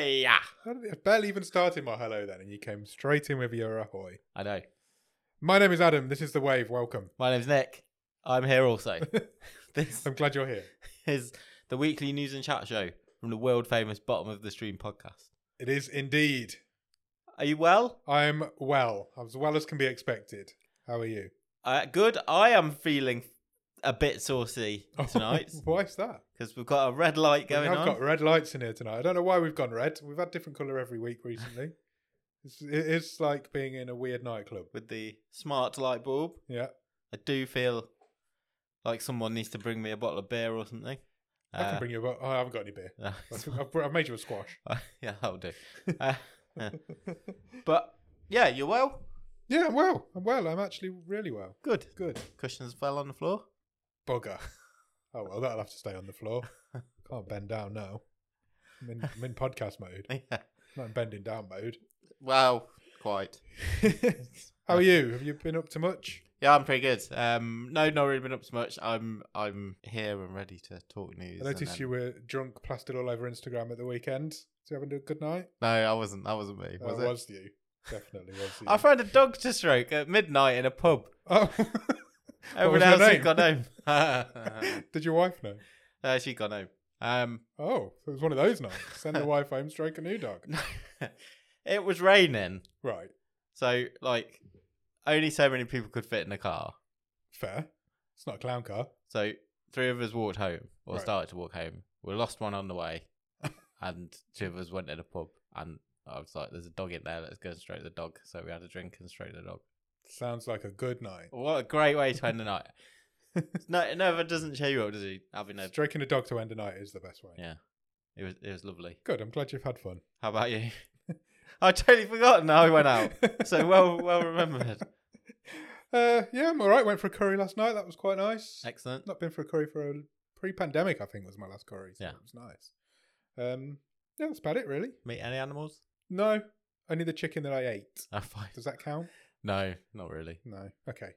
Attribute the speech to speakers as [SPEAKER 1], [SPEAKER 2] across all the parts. [SPEAKER 1] How did it- barely even started my hello then, and you came straight in with your ahoy.
[SPEAKER 2] I know.
[SPEAKER 1] My name is Adam. This is the wave. Welcome.
[SPEAKER 2] My name's Nick. I'm here also. this
[SPEAKER 1] I'm glad you're here.
[SPEAKER 2] is the weekly news and chat show from the world famous Bottom of the Stream podcast.
[SPEAKER 1] It is indeed.
[SPEAKER 2] Are you well?
[SPEAKER 1] I'm well. I'm as well as can be expected. How are you
[SPEAKER 2] Uh, good. I am feeling a bit saucy tonight
[SPEAKER 1] Why's that?
[SPEAKER 2] because we've got a red light
[SPEAKER 1] Oh. we
[SPEAKER 2] going
[SPEAKER 1] have
[SPEAKER 2] on.
[SPEAKER 1] got red lights in here tonight. I don't know why we've gone red. We've had different color every week recently. it's, it is like being in a weird nightclub.
[SPEAKER 2] With the smart light bulb,
[SPEAKER 1] Yeah.
[SPEAKER 2] I do feel like someone needs to bring me a bottle of beer or something.
[SPEAKER 1] I can
[SPEAKER 2] Uh,
[SPEAKER 1] bring you. A, oh, I haven't got any beer.
[SPEAKER 2] no,
[SPEAKER 1] I
[SPEAKER 2] it's
[SPEAKER 1] think I've, I've made you a squash.
[SPEAKER 2] fine. yeah, that'll do. Uh, but yeah, you're well.
[SPEAKER 1] yeah, I'm well. I'm well. I'm actually really well.
[SPEAKER 2] Good.
[SPEAKER 1] Good.
[SPEAKER 2] Cushions fell on the floor.
[SPEAKER 1] Bugger. Oh well, that'll have to stay on the floor. Can't bend down now. I'm in, I'm in podcast mode.
[SPEAKER 2] yeah.
[SPEAKER 1] Not in bending down mode.
[SPEAKER 2] Well, quite.
[SPEAKER 1] How are you? Have you been up to much?
[SPEAKER 2] Yeah, I'm pretty good. Um, no, not really been up to much. I'm I'm here and ready to talk news. and
[SPEAKER 1] I noticed
[SPEAKER 2] then-
[SPEAKER 1] you were drunk, plastered all over Instagram at the weekend. Did you have a good night?
[SPEAKER 2] No, I wasn't. That wasn't me.
[SPEAKER 1] Uh,
[SPEAKER 2] Was it?
[SPEAKER 1] was you. Definitely was you.
[SPEAKER 2] I found a dog to stroke at midnight in a pub.
[SPEAKER 1] oh. was
[SPEAKER 2] Everyone
[SPEAKER 1] your
[SPEAKER 2] else had
[SPEAKER 1] name?
[SPEAKER 2] gone home.
[SPEAKER 1] Did your wife know?
[SPEAKER 2] uh, she gone home. Um,
[SPEAKER 1] Oh, so it was one of those nights. Send the wife home, stroke a new dog.
[SPEAKER 2] it was raining,
[SPEAKER 1] Right.
[SPEAKER 2] so like only so many people could fit in the car.
[SPEAKER 1] Fair. It's not a clown car.
[SPEAKER 2] So three of us walked home, or
[SPEAKER 1] Right.
[SPEAKER 2] started to walk home. We lost one on the way, and two of us went to the pub. And I was like, "There's a dog in there. Let's go and stroke the dog." So we had a drink and stroked the dog.
[SPEAKER 1] Sounds like a good night.
[SPEAKER 2] What a great way to end the night. no, it never doesn't cheer you up, does he? Having a
[SPEAKER 1] Stroking a dog to end a night is the best way.
[SPEAKER 2] Yeah. it was it was lovely.
[SPEAKER 1] Good. I'm glad you've had fun.
[SPEAKER 2] How about you? I totally forgotten how I went out. So well well remembered.
[SPEAKER 1] Uh, yeah, I'm all right. Went for a curry last night. That was quite nice.
[SPEAKER 2] Excellent.
[SPEAKER 1] Not been for a curry for a pre-pandemic. I think was my last curry. So
[SPEAKER 2] Yeah.
[SPEAKER 1] it was nice. Um, yeah, that's about it really.
[SPEAKER 2] Meet any animals?
[SPEAKER 1] No, only the chicken that I ate.
[SPEAKER 2] Oh, fine.
[SPEAKER 1] Does that count?
[SPEAKER 2] No, not really.
[SPEAKER 1] No. Okay.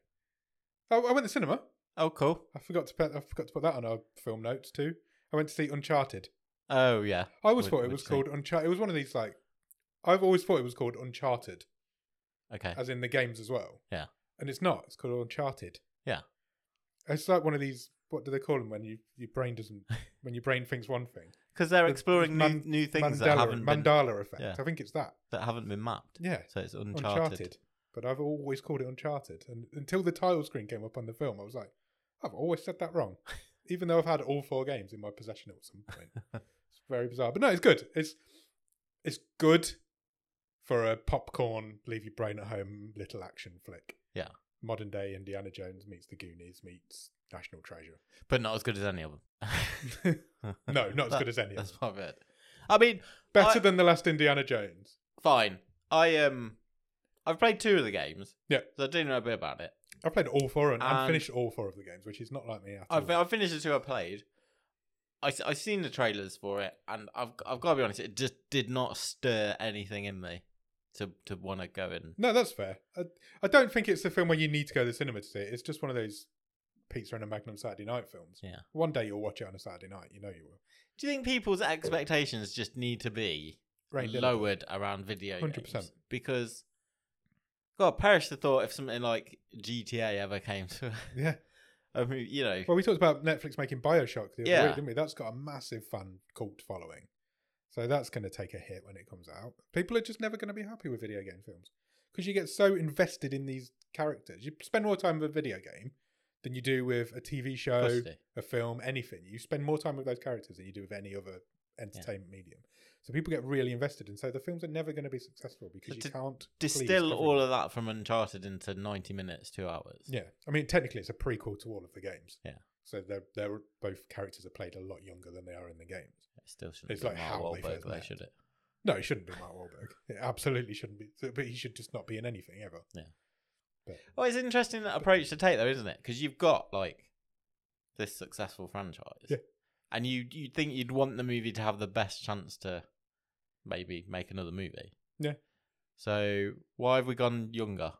[SPEAKER 1] Oh, I went to the cinema.
[SPEAKER 2] Oh, cool.
[SPEAKER 1] I forgot to put, I forgot to put that on our film notes too. I went to see Uncharted.
[SPEAKER 2] Oh yeah.
[SPEAKER 1] I always
[SPEAKER 2] Which-
[SPEAKER 1] thought it
[SPEAKER 2] which
[SPEAKER 1] was
[SPEAKER 2] thing?
[SPEAKER 1] called Uncharted. It was one of these like I've always thought it was called Uncharted,
[SPEAKER 2] Okay.
[SPEAKER 1] as in the games as well.
[SPEAKER 2] Yeah.
[SPEAKER 1] And it's not. It's called Uncharted.
[SPEAKER 2] Yeah.
[SPEAKER 1] It's like one of these. What do they call them when you your brain doesn't when your brain thinks one thing?
[SPEAKER 2] Because they're
[SPEAKER 1] The-
[SPEAKER 2] exploring
[SPEAKER 1] Man-
[SPEAKER 2] new, new things that
[SPEAKER 1] Mandala,
[SPEAKER 2] haven't been,
[SPEAKER 1] Mandala effect.
[SPEAKER 2] yeah.
[SPEAKER 1] I think it's that.
[SPEAKER 2] that haven't been mapped.
[SPEAKER 1] Yeah.
[SPEAKER 2] So it's uncharted.
[SPEAKER 1] Uncharted. But I've always called it Uncharted, and until the title screen came up on the film, I was like, I've always said that wrong, even though I've had all four games in my possession at some point. it's very bizarre, but no, it's good. It's it's good for a popcorn, leave your brain at home little action flick.
[SPEAKER 2] Yeah.
[SPEAKER 1] modern day Indiana Jones meets the Goonies meets National Treasure.
[SPEAKER 2] But not as good as any of them.
[SPEAKER 1] No, not as good as any of
[SPEAKER 2] That's
[SPEAKER 1] them.
[SPEAKER 2] what I've heard. I mean, I-
[SPEAKER 1] Better than the last Indiana Jones.
[SPEAKER 2] fine. I um, I've played two of the games.
[SPEAKER 1] Yeah.
[SPEAKER 2] So I do know a bit about it.
[SPEAKER 1] I played all four and, and
[SPEAKER 2] And-
[SPEAKER 1] finished all four of the games, which is not like me at all.
[SPEAKER 2] I've I finished the two I played. I s- I've seen the trailers for it, and I've I've got to be honest, it just did not stir anything in me to to want to go in.
[SPEAKER 1] No, that's fair. I, I don't think it's the film where you need to go to the cinema to see it. It's just one of those pizza and a magnum Saturday night films.
[SPEAKER 2] Yeah.
[SPEAKER 1] One day you'll watch it on a Saturday night. You know you will.
[SPEAKER 2] Do you think people's expectations just need to be
[SPEAKER 1] Right.
[SPEAKER 2] lowered around video
[SPEAKER 1] 100%.
[SPEAKER 2] games because God, perish the thought if something like GTA ever came to.
[SPEAKER 1] Yeah.
[SPEAKER 2] I mean, you know,
[SPEAKER 1] Well, we talked about Netflix making Bioshock the other
[SPEAKER 2] Yeah.
[SPEAKER 1] week, didn't we? That's got a massive fan cult following. So that's going to take a hit when it comes out. People are just never going to be happy with video game films because you get so invested in these characters. You spend more time with a video game than you do with a TV show.
[SPEAKER 2] custody.
[SPEAKER 1] a film, anything. You spend more time with those characters than you do with any other entertainment medium. So people get really invested, and so the films are never going to be successful because
[SPEAKER 2] So
[SPEAKER 1] you
[SPEAKER 2] to
[SPEAKER 1] can't please
[SPEAKER 2] distill all
[SPEAKER 1] everyone.
[SPEAKER 2] of that from Uncharted into ninety minutes, two hours.
[SPEAKER 1] Yeah, I mean, technically, it's a prequel to all of the games.
[SPEAKER 2] Yeah.
[SPEAKER 1] So they're they're both characters are played a lot younger than they are in the games.
[SPEAKER 2] It still shouldn't
[SPEAKER 1] It's
[SPEAKER 2] be
[SPEAKER 1] like
[SPEAKER 2] Mark
[SPEAKER 1] how they
[SPEAKER 2] Wahlberg,
[SPEAKER 1] first
[SPEAKER 2] though,
[SPEAKER 1] met.
[SPEAKER 2] should it?
[SPEAKER 1] No, it shouldn't be Mark Wahlberg. It absolutely shouldn't be. But he should just not be in anything ever.
[SPEAKER 2] Well, it's an interesting approach to take, though, isn't it? Because you've got like this successful franchise,
[SPEAKER 1] Yeah.
[SPEAKER 2] and you you think you'd want the movie to have the best chance to maybe make another movie.
[SPEAKER 1] Yeah.
[SPEAKER 2] So why have we gone younger?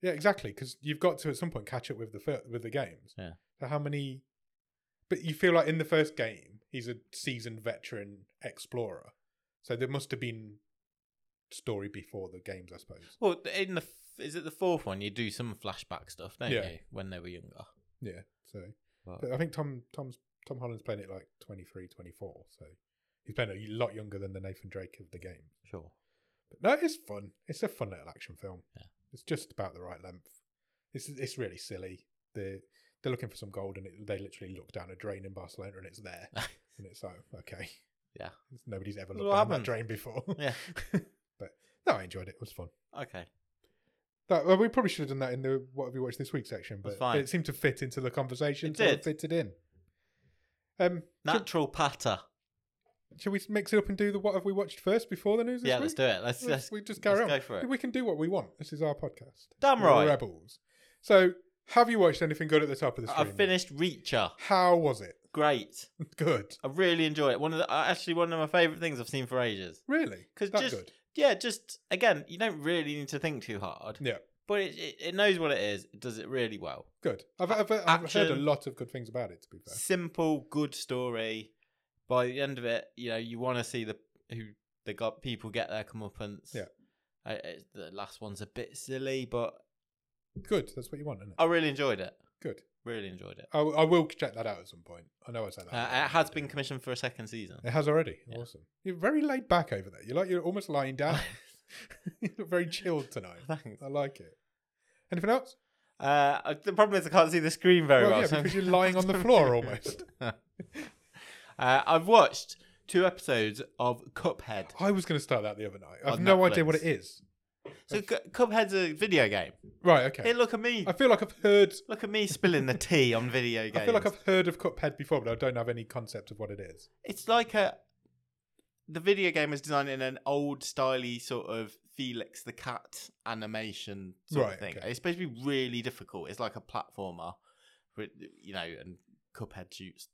[SPEAKER 1] Yeah, exactly. Because you've got to at some point catch up with the fir- with the games.
[SPEAKER 2] Yeah.
[SPEAKER 1] So how many? But you feel like in the first game, he's a seasoned veteran explorer. So there must have been story before the games, I suppose.
[SPEAKER 2] Well, in the f- is it the fourth one? You do some flashback stuff, don't
[SPEAKER 1] Yeah.
[SPEAKER 2] you? When they were younger.
[SPEAKER 1] Yeah. So
[SPEAKER 2] But-
[SPEAKER 1] but I think Tom Tom's Tom Holland's playing it like 23, 24. So he's playing a lot younger than the Nathan Drake of the game.
[SPEAKER 2] Sure.
[SPEAKER 1] But no, it's fun. It's a fun little action film.
[SPEAKER 2] Yeah.
[SPEAKER 1] It's just about the right length. It's it's really silly. They they're looking for some gold, and it, they literally look down a drain in Barcelona, and it's there. and it's like, okay,
[SPEAKER 2] Yeah.
[SPEAKER 1] nobody's ever
[SPEAKER 2] That's
[SPEAKER 1] looked
[SPEAKER 2] what
[SPEAKER 1] down that
[SPEAKER 2] happened.
[SPEAKER 1] drain before.
[SPEAKER 2] Yeah.
[SPEAKER 1] but no, I enjoyed it. It was fun.
[SPEAKER 2] Okay.
[SPEAKER 1] That, well, we probably should have done that in the "What have you watched this week?" section,
[SPEAKER 2] That's
[SPEAKER 1] but
[SPEAKER 2] fine.
[SPEAKER 1] it seemed to fit into the conversation.
[SPEAKER 2] It
[SPEAKER 1] so
[SPEAKER 2] did.
[SPEAKER 1] Fitted in. Um,
[SPEAKER 2] Natural patter.
[SPEAKER 1] shall we mix it up and do the "What have we watched" first before the news? This
[SPEAKER 2] yeah,
[SPEAKER 1] week?
[SPEAKER 2] let's do it. Let's, let's,
[SPEAKER 1] we just carry
[SPEAKER 2] let's
[SPEAKER 1] on.
[SPEAKER 2] go for it.
[SPEAKER 1] We can do what we want. This is our podcast.
[SPEAKER 2] Damn
[SPEAKER 1] We're
[SPEAKER 2] right.
[SPEAKER 1] rebels. So, have you watched anything good at the top of the
[SPEAKER 2] I
[SPEAKER 1] stream?
[SPEAKER 2] finished Reacher.
[SPEAKER 1] How was it?
[SPEAKER 2] Great.
[SPEAKER 1] Good.
[SPEAKER 2] I really enjoy it. One of the, uh, actually one of my favorite things I've seen for ages.
[SPEAKER 1] Really?
[SPEAKER 2] 'Cause
[SPEAKER 1] that
[SPEAKER 2] just-
[SPEAKER 1] good.
[SPEAKER 2] Yeah, just again, you don't really need to think too hard,
[SPEAKER 1] Yeah.
[SPEAKER 2] but it, it, it knows what it is. It does it really well.
[SPEAKER 1] Good. I've, I've, I've heard a
[SPEAKER 2] Action.
[SPEAKER 1] lot of good things about it. To be fair,
[SPEAKER 2] Simple, good story. By the end of it, you know you want to see the who the got people get their comeuppance.
[SPEAKER 1] Yeah.
[SPEAKER 2] I, I, the last one's a bit silly, but
[SPEAKER 1] good. That's what you want, isn't it?
[SPEAKER 2] I really enjoyed it.
[SPEAKER 1] Good.
[SPEAKER 2] Really enjoyed it.
[SPEAKER 1] I, I will check that out at some point. I know I said that.
[SPEAKER 2] Uh, it has been commissioned for a second season.
[SPEAKER 1] It has already.
[SPEAKER 2] Yeah.
[SPEAKER 1] Awesome. You're very laid back over there. You're like you're almost lying down. you look very chilled tonight.
[SPEAKER 2] Thanks.
[SPEAKER 1] I like it. Anything else?
[SPEAKER 2] Uh, I- the problem is I can't see the screen very
[SPEAKER 1] Well,
[SPEAKER 2] well.
[SPEAKER 1] yeah,
[SPEAKER 2] so-
[SPEAKER 1] because you're lying on the floor almost.
[SPEAKER 2] uh, I've watched two episodes of Cuphead.
[SPEAKER 1] I was going to start that the other night. I've
[SPEAKER 2] On
[SPEAKER 1] no idea
[SPEAKER 2] Netflix.
[SPEAKER 1] what it is.
[SPEAKER 2] So C- Cuphead's a video game.
[SPEAKER 1] Right. Okay.
[SPEAKER 2] Hey, look at me.
[SPEAKER 1] I feel like I've heard.
[SPEAKER 2] Look at me spilling the tea on video games.
[SPEAKER 1] I feel like I've heard of Cuphead before, but I don't have any concept of what it is.
[SPEAKER 2] It's like a. The video game is designed in an old styly sort of Felix the Cat animation sort
[SPEAKER 1] Right,
[SPEAKER 2] of thing.
[SPEAKER 1] okay.
[SPEAKER 2] It's supposed to be really difficult. It's like a platformer, with, you know, and Cuphead shoots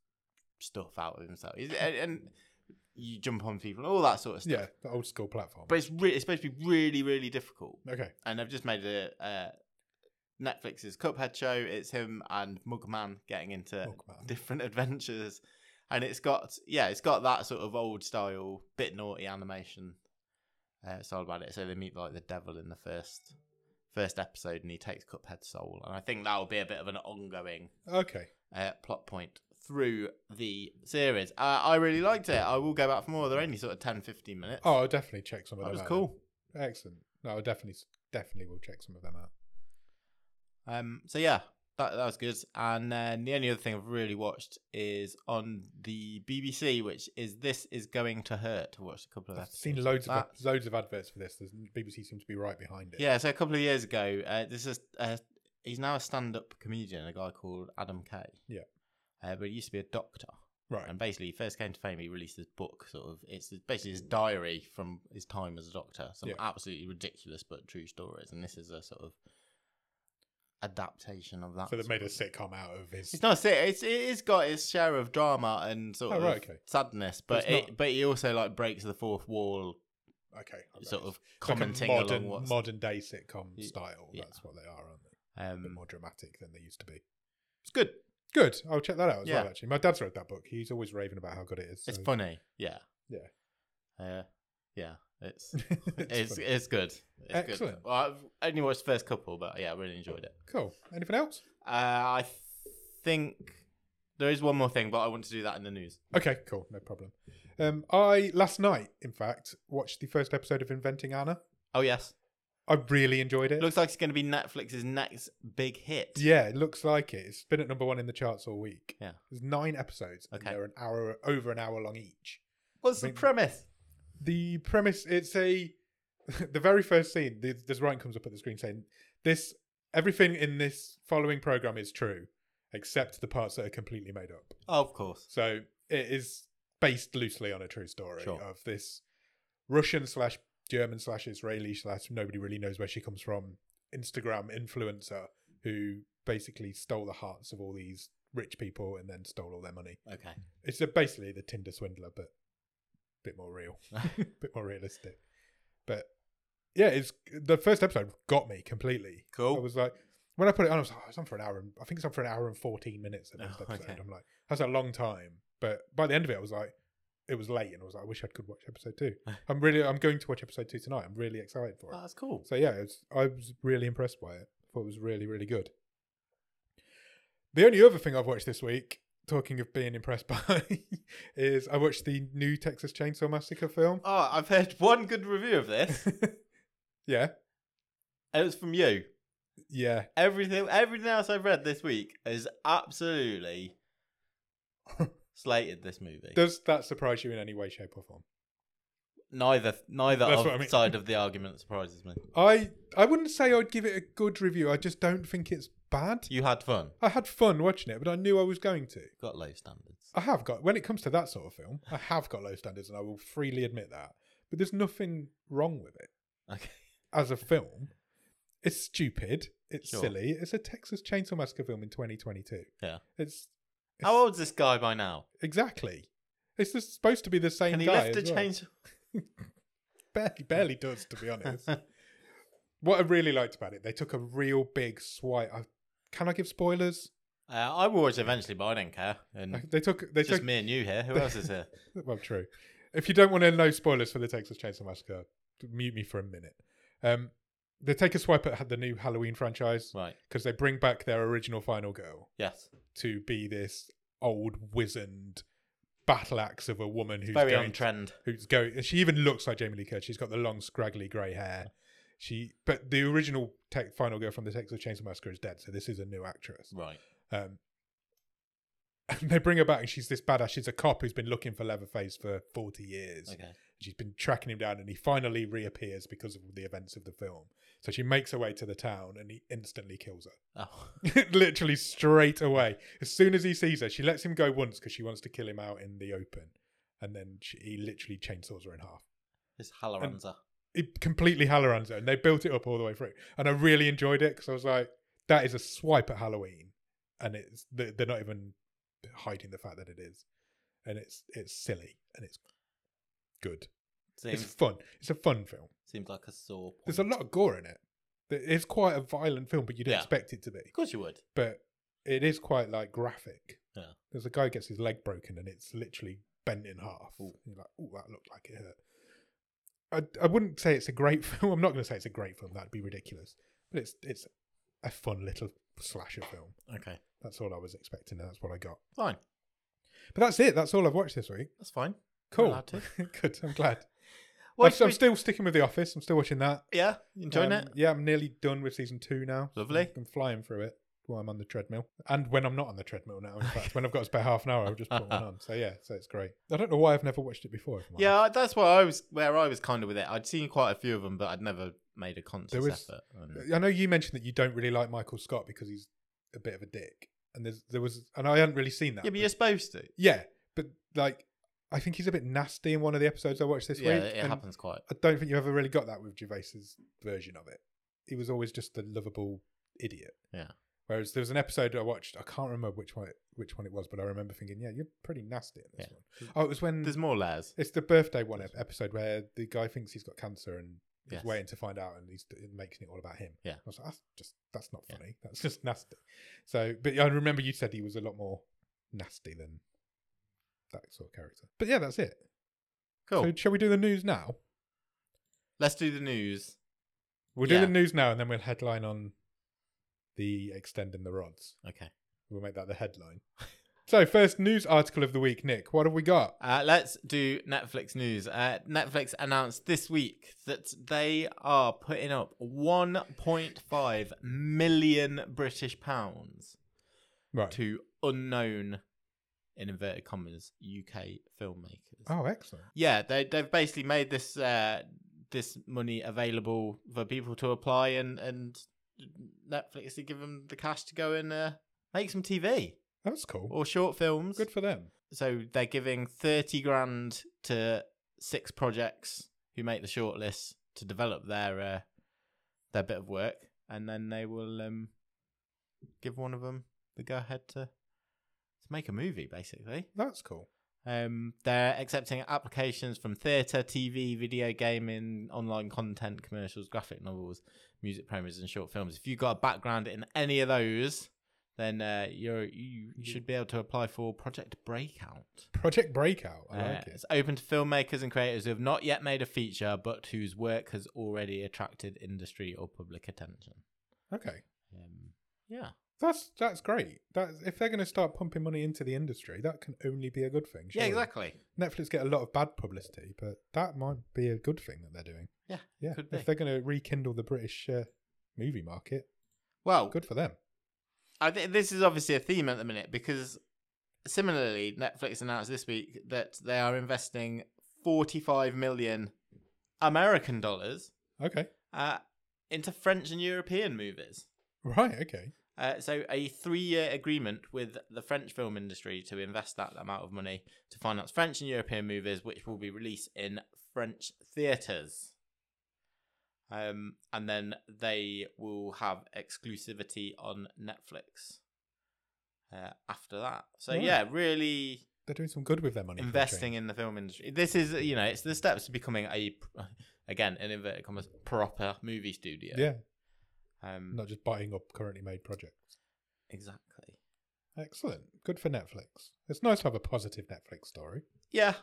[SPEAKER 2] stuff out of himself. It's- And, and you jump on people and all that sort of stuff.
[SPEAKER 1] Yeah, the old school platform.
[SPEAKER 2] But it's, re- it's supposed to be really, really difficult.
[SPEAKER 1] okay.
[SPEAKER 2] and they've just made a uh, Netflix's Cuphead show. It's him and Mugman getting into
[SPEAKER 1] Mugman.
[SPEAKER 2] different adventures, and it's got yeah, it's got that sort of old style, bit naughty animation. Uh, it's all about it. So they meet like the devil in the first first episode, and he takes Cuphead's soul, and I think that will be a bit of an ongoing
[SPEAKER 1] Okay.
[SPEAKER 2] uh, plot point through the series. Uh, I really liked it. I will go back for more. They're only sort of 10, 15 minutes.
[SPEAKER 1] Oh, I'll definitely check some of
[SPEAKER 2] that
[SPEAKER 1] them
[SPEAKER 2] was
[SPEAKER 1] out.
[SPEAKER 2] cool.
[SPEAKER 1] then. Excellent. No, I definitely, definitely will check some of them out.
[SPEAKER 2] Um, so yeah, that that was good. And uh, the only other thing I've really watched is on the BBC, which is This Is Going to Hurt. I watched a couple of
[SPEAKER 1] I've
[SPEAKER 2] episodes.
[SPEAKER 1] seen loads of
[SPEAKER 2] that.
[SPEAKER 1] loads of adverts for this. There's, BBC seems to be right behind it.
[SPEAKER 2] Yeah, so a couple of years ago, uh, this is uh, he's now a stand-up comedian, a guy called Adam Kay.
[SPEAKER 1] Yeah.
[SPEAKER 2] uh, but he used to be a doctor,
[SPEAKER 1] Right.
[SPEAKER 2] and basically, he first came to fame. He released his book, sort of. It's basically his diary from his time as a doctor. Some
[SPEAKER 1] Yeah.
[SPEAKER 2] absolutely ridiculous but true stories, and this is a sort of adaptation of that.
[SPEAKER 1] so they
[SPEAKER 2] sort
[SPEAKER 1] made a
[SPEAKER 2] of-
[SPEAKER 1] sitcom out of his.
[SPEAKER 2] It's not sick. It's it's got its share of drama and sort
[SPEAKER 1] Oh,
[SPEAKER 2] of
[SPEAKER 1] right, okay.
[SPEAKER 2] sadness,
[SPEAKER 1] But
[SPEAKER 2] but
[SPEAKER 1] it's
[SPEAKER 2] it,
[SPEAKER 1] not-
[SPEAKER 2] but he also like breaks the fourth wall,
[SPEAKER 1] okay. I
[SPEAKER 2] sort
[SPEAKER 1] guess.
[SPEAKER 2] of
[SPEAKER 1] It's like a
[SPEAKER 2] commenting
[SPEAKER 1] modern,
[SPEAKER 2] along what's
[SPEAKER 1] modern day sitcom
[SPEAKER 2] Y-
[SPEAKER 1] style.
[SPEAKER 2] yeah.
[SPEAKER 1] That's what they are, aren't they? A bit
[SPEAKER 2] um.
[SPEAKER 1] more dramatic than they used to be.
[SPEAKER 2] It's good.
[SPEAKER 1] Good. I'll check that out as well.
[SPEAKER 2] Yeah.
[SPEAKER 1] Actually, my dad's read that book. He's always raving about how good it is.
[SPEAKER 2] It's
[SPEAKER 1] so-
[SPEAKER 2] funny. Yeah.
[SPEAKER 1] Yeah.
[SPEAKER 2] Uh, yeah. It's
[SPEAKER 1] it's
[SPEAKER 2] it's it's, good.
[SPEAKER 1] funny.
[SPEAKER 2] It's
[SPEAKER 1] Excellent.
[SPEAKER 2] Good. Well, I've only watched the first couple, but yeah, I really enjoyed it.
[SPEAKER 1] cool. Anything else?
[SPEAKER 2] Uh, I think there is one more thing, but I want to do that in the news.
[SPEAKER 1] Okay, cool, no problem. Um, I last night, in fact, watched the first episode of Inventing Anna.
[SPEAKER 2] Oh yes,
[SPEAKER 1] I really enjoyed it.
[SPEAKER 2] looks like it's going to be Netflix's next big hit.
[SPEAKER 1] yeah, it looks like it. It's been at number one in the charts all week.
[SPEAKER 2] Yeah.
[SPEAKER 1] there's nine episodes.
[SPEAKER 2] Okay.
[SPEAKER 1] and they're an hour over an hour long each.
[SPEAKER 2] What's the
[SPEAKER 1] Wait.
[SPEAKER 2] premise?
[SPEAKER 1] The premise it's a the very first scene. The, this writing comes up at the screen saying this everything in this following program is true except the parts that are completely made up.
[SPEAKER 2] Oh, of course.
[SPEAKER 1] So it is based loosely on a true story
[SPEAKER 2] Sure.
[SPEAKER 1] of this Russian slash German slash Israeli slash nobody really knows where she comes from Instagram influencer who basically stole the hearts of all these rich people and then stole all their money.
[SPEAKER 2] Okay.
[SPEAKER 1] It's a, basically the Tinder swindler, but a bit more real, a bit more realistic. But yeah, it's the first episode got me completely.
[SPEAKER 2] Cool.
[SPEAKER 1] I was like, when I put it on, I was like, oh, it's on for an hour. And, I think it's on for an hour and 14 minutes. At
[SPEAKER 2] Oh,
[SPEAKER 1] this episode.
[SPEAKER 2] okay.
[SPEAKER 1] I'm like, that's a long time. But by the end of it, I was like, it was late, and I was like, I wish I could watch episode two. I'm really, I'm going to watch episode two tonight. I'm really excited for it.
[SPEAKER 2] Oh, that's cool.
[SPEAKER 1] So yeah, it was, I was really impressed by it. Thought it was really, really good. The only other thing I've watched this week, talking of being impressed by, is I watched the new Texas Chainsaw Massacre film.
[SPEAKER 2] Oh, I've heard one good review of this,
[SPEAKER 1] yeah,
[SPEAKER 2] and it was from you.
[SPEAKER 1] yeah,
[SPEAKER 2] Everything, everything else I've read this week has absolutely slated this movie.
[SPEAKER 1] Does that surprise you in any way, shape, or form?
[SPEAKER 2] neither, neither
[SPEAKER 1] That's
[SPEAKER 2] of
[SPEAKER 1] what I mean.
[SPEAKER 2] side of the argument surprises me.
[SPEAKER 1] I I wouldn't say I'd give it a good review. I just don't think it's bad.
[SPEAKER 2] You had fun.
[SPEAKER 1] I had fun watching it, but I knew I was going to.
[SPEAKER 2] Got low standards.
[SPEAKER 1] I have got when it comes to that sort of film, I have got low standards, and I will freely admit that. But there's nothing wrong with it
[SPEAKER 2] Okay.
[SPEAKER 1] as a film. It's stupid. It's
[SPEAKER 2] Sure.
[SPEAKER 1] silly. It's a Texas Chainsaw Massacre film in 2022.
[SPEAKER 2] Yeah.
[SPEAKER 1] It's
[SPEAKER 2] How old's this guy by now?
[SPEAKER 1] exactly. It's just supposed to be the same
[SPEAKER 2] Can he
[SPEAKER 1] guy.
[SPEAKER 2] lift a
[SPEAKER 1] as well.
[SPEAKER 2] chainsaw?
[SPEAKER 1] barely, barely does, to be honest.
[SPEAKER 2] Uh,
[SPEAKER 1] what I really liked about it, they took a real big swipe. I, can I give spoilers?
[SPEAKER 2] Uh, I will watch eventually, but I don't care. And
[SPEAKER 1] They took. They
[SPEAKER 2] it's Mm. just
[SPEAKER 1] took.
[SPEAKER 2] me and you here. Who else is here?
[SPEAKER 1] Well, true. If you don't want to know spoilers for the Texas Chainsaw Massacre, mute me for a minute. Um, they take a swipe at the new Halloween franchise
[SPEAKER 2] Right.
[SPEAKER 1] because they bring back their original final girl
[SPEAKER 2] Yes.
[SPEAKER 1] to be this old wizened battle axe of a woman who's
[SPEAKER 2] Very
[SPEAKER 1] going
[SPEAKER 2] on trend.
[SPEAKER 1] who's go and she even looks like Jamie Lee Curtis. She's got the long, scraggly grey hair. She, but the original te- final girl from the Texas Chainsaw Massacre is dead, so this is a new actress.
[SPEAKER 2] Right.
[SPEAKER 1] Um, and they bring her back, and she's this badass. She's a cop who's been looking for Leatherface for forty years.
[SPEAKER 2] Okay.
[SPEAKER 1] She's been tracking him down, and he finally reappears because of the events of the film. So she makes her way to the town, and he instantly kills her.
[SPEAKER 2] Oh.
[SPEAKER 1] literally straight away. As soon as he sees her, she lets him go once because she wants to kill him out in the open, and then she, he literally chainsaws her in half.
[SPEAKER 2] It's Halloranza.
[SPEAKER 1] It completely Halloran's it, and they built it up all the way through. And I really enjoyed it because I was like, that is a swipe at Halloween, and it's they- they're not even hiding the fact that it is, and it's it's silly and it's good. It's
[SPEAKER 2] Seems,
[SPEAKER 1] fun. It's a fun film.
[SPEAKER 2] seems like a sore point.
[SPEAKER 1] There's a lot of gore in it. It's quite a violent film, but you didn't
[SPEAKER 2] Yeah.
[SPEAKER 1] expect it to be
[SPEAKER 2] Of course you would.
[SPEAKER 1] but it is quite like graphic.
[SPEAKER 2] Yeah.
[SPEAKER 1] There's a guy who gets his leg broken and it's literally bent in half.
[SPEAKER 2] Ooh.
[SPEAKER 1] You're like, oh, that looked like it hurt. I, I wouldn't say it's a great film. I'm not going to say it's a great film. That'd be ridiculous. But it's it's a fun little slasher film.
[SPEAKER 2] Okay.
[SPEAKER 1] That's all I was expecting, and that's what I got.
[SPEAKER 2] Fine.
[SPEAKER 1] But that's it. That's all I've watched this week.
[SPEAKER 2] That's fine. You're
[SPEAKER 1] Cool.
[SPEAKER 2] allowed to.
[SPEAKER 1] Good. I'm glad. I'm,
[SPEAKER 2] Well,
[SPEAKER 1] I'm still sticking with The Office. I'm still watching that.
[SPEAKER 2] yeah. You Enjoying
[SPEAKER 1] Um,
[SPEAKER 2] it?
[SPEAKER 1] Yeah, I'm nearly done with season two now.
[SPEAKER 2] Lovely.
[SPEAKER 1] I'm, I'm flying through it while I'm on the treadmill. And when I'm not on the treadmill now, in fact, when I've got a spare half an hour, I'll just put one on. So yeah, so it's great. I don't know why I've never watched it before. if I'm honest.
[SPEAKER 2] Yeah, I- that's what I was where I was kind of with it. I'd seen quite a few of them, but I'd never made a conscious
[SPEAKER 1] There was-
[SPEAKER 2] effort. And-
[SPEAKER 1] I know you mentioned that you don't really like Michael Scott because he's a bit of a dick. And there's, there was, and I hadn't really seen that.
[SPEAKER 2] yeah, but you're supposed to.
[SPEAKER 1] yeah, but like, I think he's a bit nasty in one of the episodes I watched this
[SPEAKER 2] yeah,
[SPEAKER 1] week.
[SPEAKER 2] it
[SPEAKER 1] and
[SPEAKER 2] happens quite.
[SPEAKER 1] I don't think you ever really got that with Gervais's version of it. He was always just the lovable idiot.
[SPEAKER 2] Yeah.
[SPEAKER 1] Whereas there was an episode I watched, I can't remember which one it, which one it was, but I remember thinking, yeah, you're pretty nasty in this one. Oh, it was when
[SPEAKER 2] There's more layers.
[SPEAKER 1] it's the birthday one ep- episode where the guy thinks he's got cancer and he's
[SPEAKER 2] Yes.
[SPEAKER 1] waiting to find out, and he's it making it all about him.
[SPEAKER 2] Yeah.
[SPEAKER 1] I was like, that's just that's not
[SPEAKER 2] Yeah.
[SPEAKER 1] funny. That's just nasty. So, but I remember you said he was a lot more nasty than that sort of character. But yeah, that's it.
[SPEAKER 2] Cool.
[SPEAKER 1] So, shall we do the news now?
[SPEAKER 2] Let's do the news.
[SPEAKER 1] We'll do
[SPEAKER 2] Yeah.
[SPEAKER 1] the news now, and then we'll headline on the extending the rods.
[SPEAKER 2] Okay.
[SPEAKER 1] We'll make that the headline. so, first news article of the week, Nick. What have we got?
[SPEAKER 2] Uh, let's do Netflix news. Uh, Netflix announced this week that they are putting up 1.5 million British pounds
[SPEAKER 1] Right.
[SPEAKER 2] to unknown, in inverted commas, UK filmmakers.
[SPEAKER 1] Oh, excellent.
[SPEAKER 2] Yeah, they they've basically made this uh, this money available for people to apply and and Netflix to give them the cash to go and uh, make some TV
[SPEAKER 1] That's cool.
[SPEAKER 2] or short films.
[SPEAKER 1] Good for them.
[SPEAKER 2] So they're giving thirty grand to six projects who make the shortlist to develop their uh, their bit of work, and then they will um, give one of them the go ahead to to make a movie, basically.
[SPEAKER 1] That's cool.
[SPEAKER 2] Um, they're accepting applications from theatre, TV, video gaming, online content, commercials, graphic novels, music promos, and short films. If you've got a background in any of those, then uh, you're, you
[SPEAKER 1] You-
[SPEAKER 2] should be able to apply for Project Breakout.
[SPEAKER 1] Project Breakout. I
[SPEAKER 2] Uh,
[SPEAKER 1] like it.
[SPEAKER 2] It's open to filmmakers and creators who have not yet made a feature, but whose work has already attracted industry or public attention.
[SPEAKER 1] Okay,
[SPEAKER 2] Um, yeah,
[SPEAKER 1] that's that's great. That's if they're going to start pumping money into the industry, that can only be a good thing.
[SPEAKER 2] yeah,
[SPEAKER 1] surely.
[SPEAKER 2] exactly.
[SPEAKER 1] Netflix get a lot of bad publicity, but that might be a good thing that they're doing.
[SPEAKER 2] Yeah,
[SPEAKER 1] Yeah,
[SPEAKER 2] could be.
[SPEAKER 1] if they're going to rekindle the British uh, movie market,
[SPEAKER 2] Well,
[SPEAKER 1] good for them.
[SPEAKER 2] I think this is obviously a theme at the minute because similarly, Netflix announced this week that they are investing 45 million American dollars
[SPEAKER 1] Okay,
[SPEAKER 2] uh, into French and European movies.
[SPEAKER 1] right. Okay,
[SPEAKER 2] Uh, so a three-year agreement with the French film industry to invest that amount of money to finance French and European movies, which will be released in French theaters. Um, and then they will have exclusivity on Netflix uh, after that. So
[SPEAKER 1] Right.
[SPEAKER 2] yeah, really
[SPEAKER 1] they're doing some good with their money. for a
[SPEAKER 2] investing
[SPEAKER 1] change.
[SPEAKER 2] in the film industry. This is you know it's the steps to becoming a again in inverted commas proper movie studio.
[SPEAKER 1] yeah,
[SPEAKER 2] Um,
[SPEAKER 1] not just buying up currently made projects.
[SPEAKER 2] exactly.
[SPEAKER 1] Excellent. Good for Netflix. It's nice to have a positive Netflix story.
[SPEAKER 2] Yeah.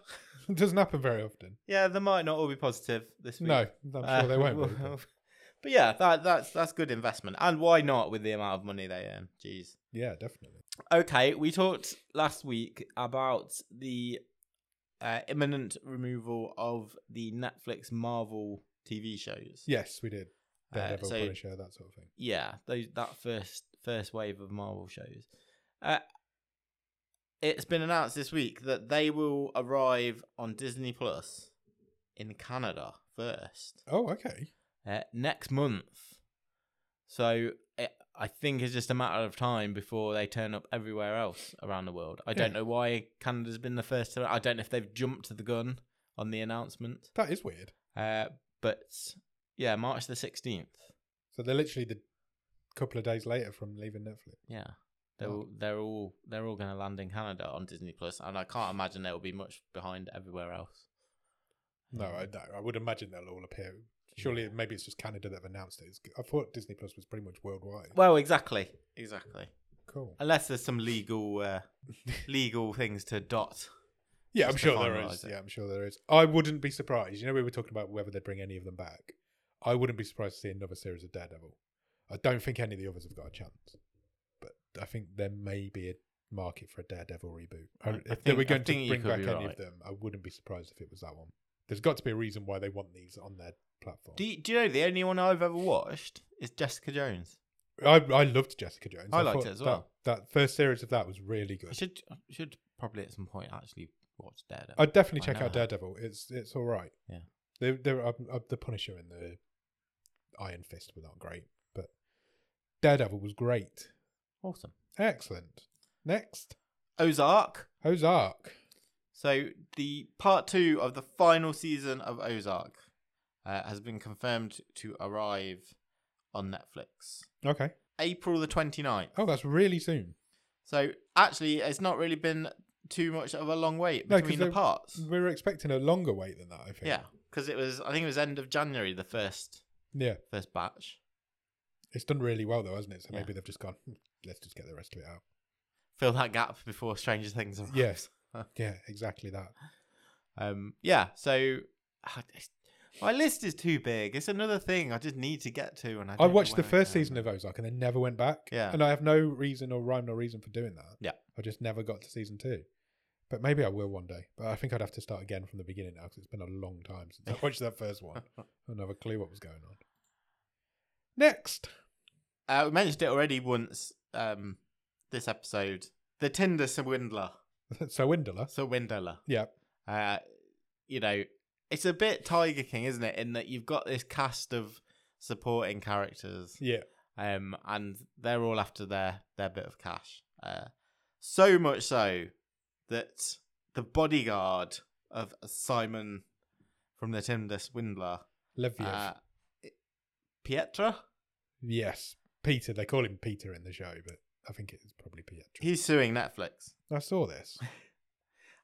[SPEAKER 1] It doesn't happen very often.
[SPEAKER 2] Yeah, they might not all be positive this week.
[SPEAKER 1] No, I'm
[SPEAKER 2] Uh,
[SPEAKER 1] sure they won't. be,
[SPEAKER 2] well,
[SPEAKER 1] but-
[SPEAKER 2] But yeah, that that's that's good investment. And why not with the amount of money they earn? Jeez.
[SPEAKER 1] yeah, definitely.
[SPEAKER 2] Okay, we talked last week about the uh, imminent removal of the Netflix Marvel TV shows.
[SPEAKER 1] Yes, we did.
[SPEAKER 2] Uh,
[SPEAKER 1] Daredevil,
[SPEAKER 2] so-
[SPEAKER 1] Punisher, that sort of thing.
[SPEAKER 2] yeah, those that first first wave of Marvel shows. Uh, it's been announced this week that they will arrive on Disney Plus in Canada first.
[SPEAKER 1] Oh, okay.
[SPEAKER 2] uh, next month. So it, I think it's just a matter of time before they turn up everywhere else around the world. I don't
[SPEAKER 1] Yeah.
[SPEAKER 2] know why Canada's been the first to. I don't know if they've jumped to the gun on the announcement.
[SPEAKER 1] That is weird.
[SPEAKER 2] Uh, but yeah, March the sixteenth.
[SPEAKER 1] So they're literally the couple of days later from leaving Netflix.
[SPEAKER 2] Yeah. They're
[SPEAKER 1] Wow.
[SPEAKER 2] all, they're all they're all going to land in Canada on Disney Plus, and I can't imagine there will be much behind everywhere else.
[SPEAKER 1] No,
[SPEAKER 2] Mm.
[SPEAKER 1] I, no, I would imagine they'll all appear. Surely, maybe it's just Canada that have announced it. It's, I thought Disney Plus was pretty much worldwide.
[SPEAKER 2] Well, exactly, exactly.
[SPEAKER 1] Cool.
[SPEAKER 2] Unless there's some legal uh, legal things to dot.
[SPEAKER 1] Yeah, I'm
[SPEAKER 2] just to
[SPEAKER 1] sure there
[SPEAKER 2] finalise
[SPEAKER 1] is.
[SPEAKER 2] it.
[SPEAKER 1] Yeah, I'm sure there is. I wouldn't be surprised. You know, we were talking about whether they'd bring any of them back. I wouldn't be surprised to see another series of Daredevil. I don't think any of the others have got a chance, but I think there may be a market for a Daredevil reboot. I-
[SPEAKER 2] I- I
[SPEAKER 1] if they
[SPEAKER 2] think-
[SPEAKER 1] were
[SPEAKER 2] I
[SPEAKER 1] going
[SPEAKER 2] think
[SPEAKER 1] to
[SPEAKER 2] you
[SPEAKER 1] bring
[SPEAKER 2] could
[SPEAKER 1] back
[SPEAKER 2] be
[SPEAKER 1] any
[SPEAKER 2] right.
[SPEAKER 1] of them, I wouldn't be surprised if it was that one. There's got to be a reason why they want these on their platform.
[SPEAKER 2] Do you, do you know the only one I've ever watched is Jessica Jones?
[SPEAKER 1] I, I loved Jessica Jones.
[SPEAKER 2] I liked
[SPEAKER 1] thought
[SPEAKER 2] it as well.
[SPEAKER 1] That, that first series of that was really
[SPEAKER 2] I
[SPEAKER 1] good.
[SPEAKER 2] should I should probably at some point actually watch Daredevil.
[SPEAKER 1] I'd definitely
[SPEAKER 2] I
[SPEAKER 1] check
[SPEAKER 2] know
[SPEAKER 1] out
[SPEAKER 2] that.
[SPEAKER 1] Daredevil. It's it's all right.
[SPEAKER 2] Yeah.
[SPEAKER 1] they they uh, uh, the Punisher and the Iron Fist were not great, but Daredevil was great.
[SPEAKER 2] Awesome.
[SPEAKER 1] Excellent. Next,
[SPEAKER 2] Ozark.
[SPEAKER 1] Ozark.
[SPEAKER 2] So the part two of the final season of Ozark uh, has been confirmed to arrive on Netflix
[SPEAKER 1] Okay.
[SPEAKER 2] April the 29th.
[SPEAKER 1] Oh, that's really soon.
[SPEAKER 2] So actually, it's not really been too much of a long wait
[SPEAKER 1] No, 'cause
[SPEAKER 2] between the
[SPEAKER 1] they-
[SPEAKER 2] parts.
[SPEAKER 1] We were expecting a longer wait than that. I think.
[SPEAKER 2] Yeah, because it was I think it was end of January the first
[SPEAKER 1] Yeah.
[SPEAKER 2] first batch.
[SPEAKER 1] It's done really well though, hasn't it? So
[SPEAKER 2] Yeah.
[SPEAKER 1] maybe they've just gone. "Hmm, Let's just get the rest of it out.
[SPEAKER 2] Fill that gap before Stranger Things. arrives.
[SPEAKER 1] Yes. Yeah, exactly that.
[SPEAKER 2] Um, yeah, so I- it's- my list is too big. It's another thing I just need to get to, and I,
[SPEAKER 1] I
[SPEAKER 2] don't know
[SPEAKER 1] watched the
[SPEAKER 2] where
[SPEAKER 1] first
[SPEAKER 2] go.
[SPEAKER 1] season of Ozark and then never went back.
[SPEAKER 2] Yeah.
[SPEAKER 1] And I have no reason or rhyme or reason for doing that.
[SPEAKER 2] Yeah.
[SPEAKER 1] I just never got to season two. But maybe I will one day. But I think I'd have to start again from the beginning now because it's been a long time since I watched that first one. I don't have a clue what was going on. Next.
[SPEAKER 2] Uh, we mentioned it already once. Um, this episode, the Tinder swindler,
[SPEAKER 1] so Windler.
[SPEAKER 2] swindler.
[SPEAKER 1] Yeah.
[SPEAKER 2] Uh, you know, it's a bit Tiger King, isn't it? In that you've got this cast of supporting characters,
[SPEAKER 1] Yeah.
[SPEAKER 2] um, and they're all after their their bit of cash. Uh, so much so that the bodyguard of Simon from the Tinder Swindler,
[SPEAKER 1] Leviev.
[SPEAKER 2] uh, Pietra,
[SPEAKER 1] yes. Peter. They call him Peter in the show, but I think it's probably Pietro.
[SPEAKER 2] he's suing Netflix,
[SPEAKER 1] I saw this.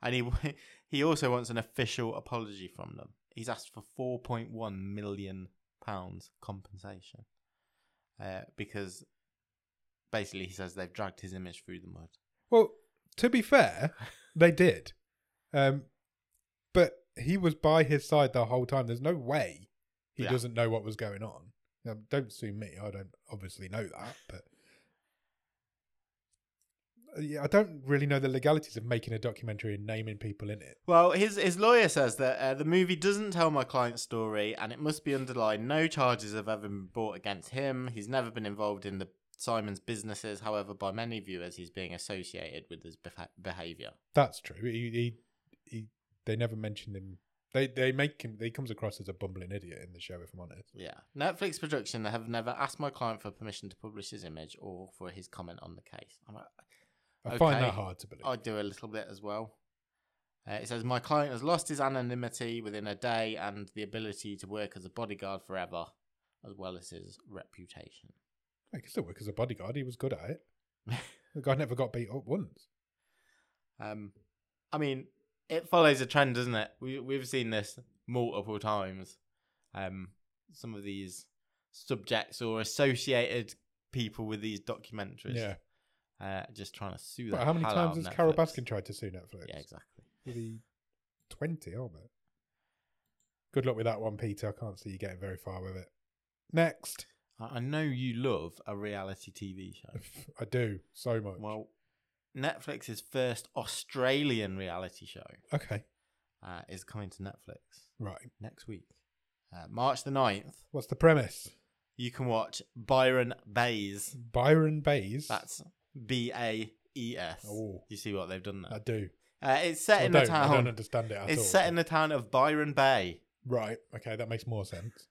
[SPEAKER 2] and he he also wants an official apology from them. He's asked for four point one million pounds compensation uh, because basically he says they've dragged his image through the mud.
[SPEAKER 1] Well, to be fair, they did. Um, but he was by his side the whole time. There's no way he
[SPEAKER 2] Yeah.
[SPEAKER 1] doesn't know what was going on. Now, don't sue me. I don't obviously know that, but Uh, yeah, I don't really know the legalities of making a documentary and naming people in it.
[SPEAKER 2] Well, his his lawyer says that uh, the movie doesn't tell my client's story, and it must be underlined. No charges have ever been brought against him. He's never been involved in the Simon's businesses. However, by many viewers, he's being associated with his beha- behavior.
[SPEAKER 1] That's true. He, he, he they never mention him. They they make him. He comes across as a bumbling idiot in the show. If I'm honest,
[SPEAKER 2] Yeah, Netflix production have never asked my client for permission to publish his image or for his comment on the case. I'm like,
[SPEAKER 1] I find
[SPEAKER 2] Okay.
[SPEAKER 1] that hard to believe.
[SPEAKER 2] I do a little bit as well. Uh, it says my client has lost his anonymity within a day and the ability to work as a bodyguard forever, as well as his reputation.
[SPEAKER 1] He could still work as a bodyguard. He was good at it. the guy never got beat up once.
[SPEAKER 2] Um, I mean, it follows a trend, doesn't it? We we've seen this multiple times. Um, some of these subjects or associated people with these documentaries.
[SPEAKER 1] Yeah.
[SPEAKER 2] Uh, just trying to sue
[SPEAKER 1] But
[SPEAKER 2] the
[SPEAKER 1] how many
[SPEAKER 2] hell
[SPEAKER 1] times
[SPEAKER 2] out of
[SPEAKER 1] has Carol
[SPEAKER 2] Netflix.
[SPEAKER 1] Baskin tried to sue Netflix?
[SPEAKER 2] Yeah, exactly.
[SPEAKER 1] Bloody 20, aren't they? Good luck with that one, Peter. I can't see you getting very far with it. Next.
[SPEAKER 2] I, I know you love a reality TV show.
[SPEAKER 1] I do so much.
[SPEAKER 2] Well, Netflix's first Australian reality show
[SPEAKER 1] okay.
[SPEAKER 2] uh, is coming to Netflix
[SPEAKER 1] Right.
[SPEAKER 2] next week. Uh, March the 9th,
[SPEAKER 1] What's the premise?
[SPEAKER 2] you can watch Byron Bays.
[SPEAKER 1] Byron Bays.
[SPEAKER 2] That's B A E S.
[SPEAKER 1] Oh.
[SPEAKER 2] You see what they've done
[SPEAKER 1] I
[SPEAKER 2] there?
[SPEAKER 1] do.
[SPEAKER 2] Uh, it's set
[SPEAKER 1] I
[SPEAKER 2] in
[SPEAKER 1] don't,
[SPEAKER 2] the
[SPEAKER 1] I don't
[SPEAKER 2] town.
[SPEAKER 1] understand it at all.
[SPEAKER 2] It's set in the town of Byron Bay.
[SPEAKER 1] Right. Okay. That makes more sense.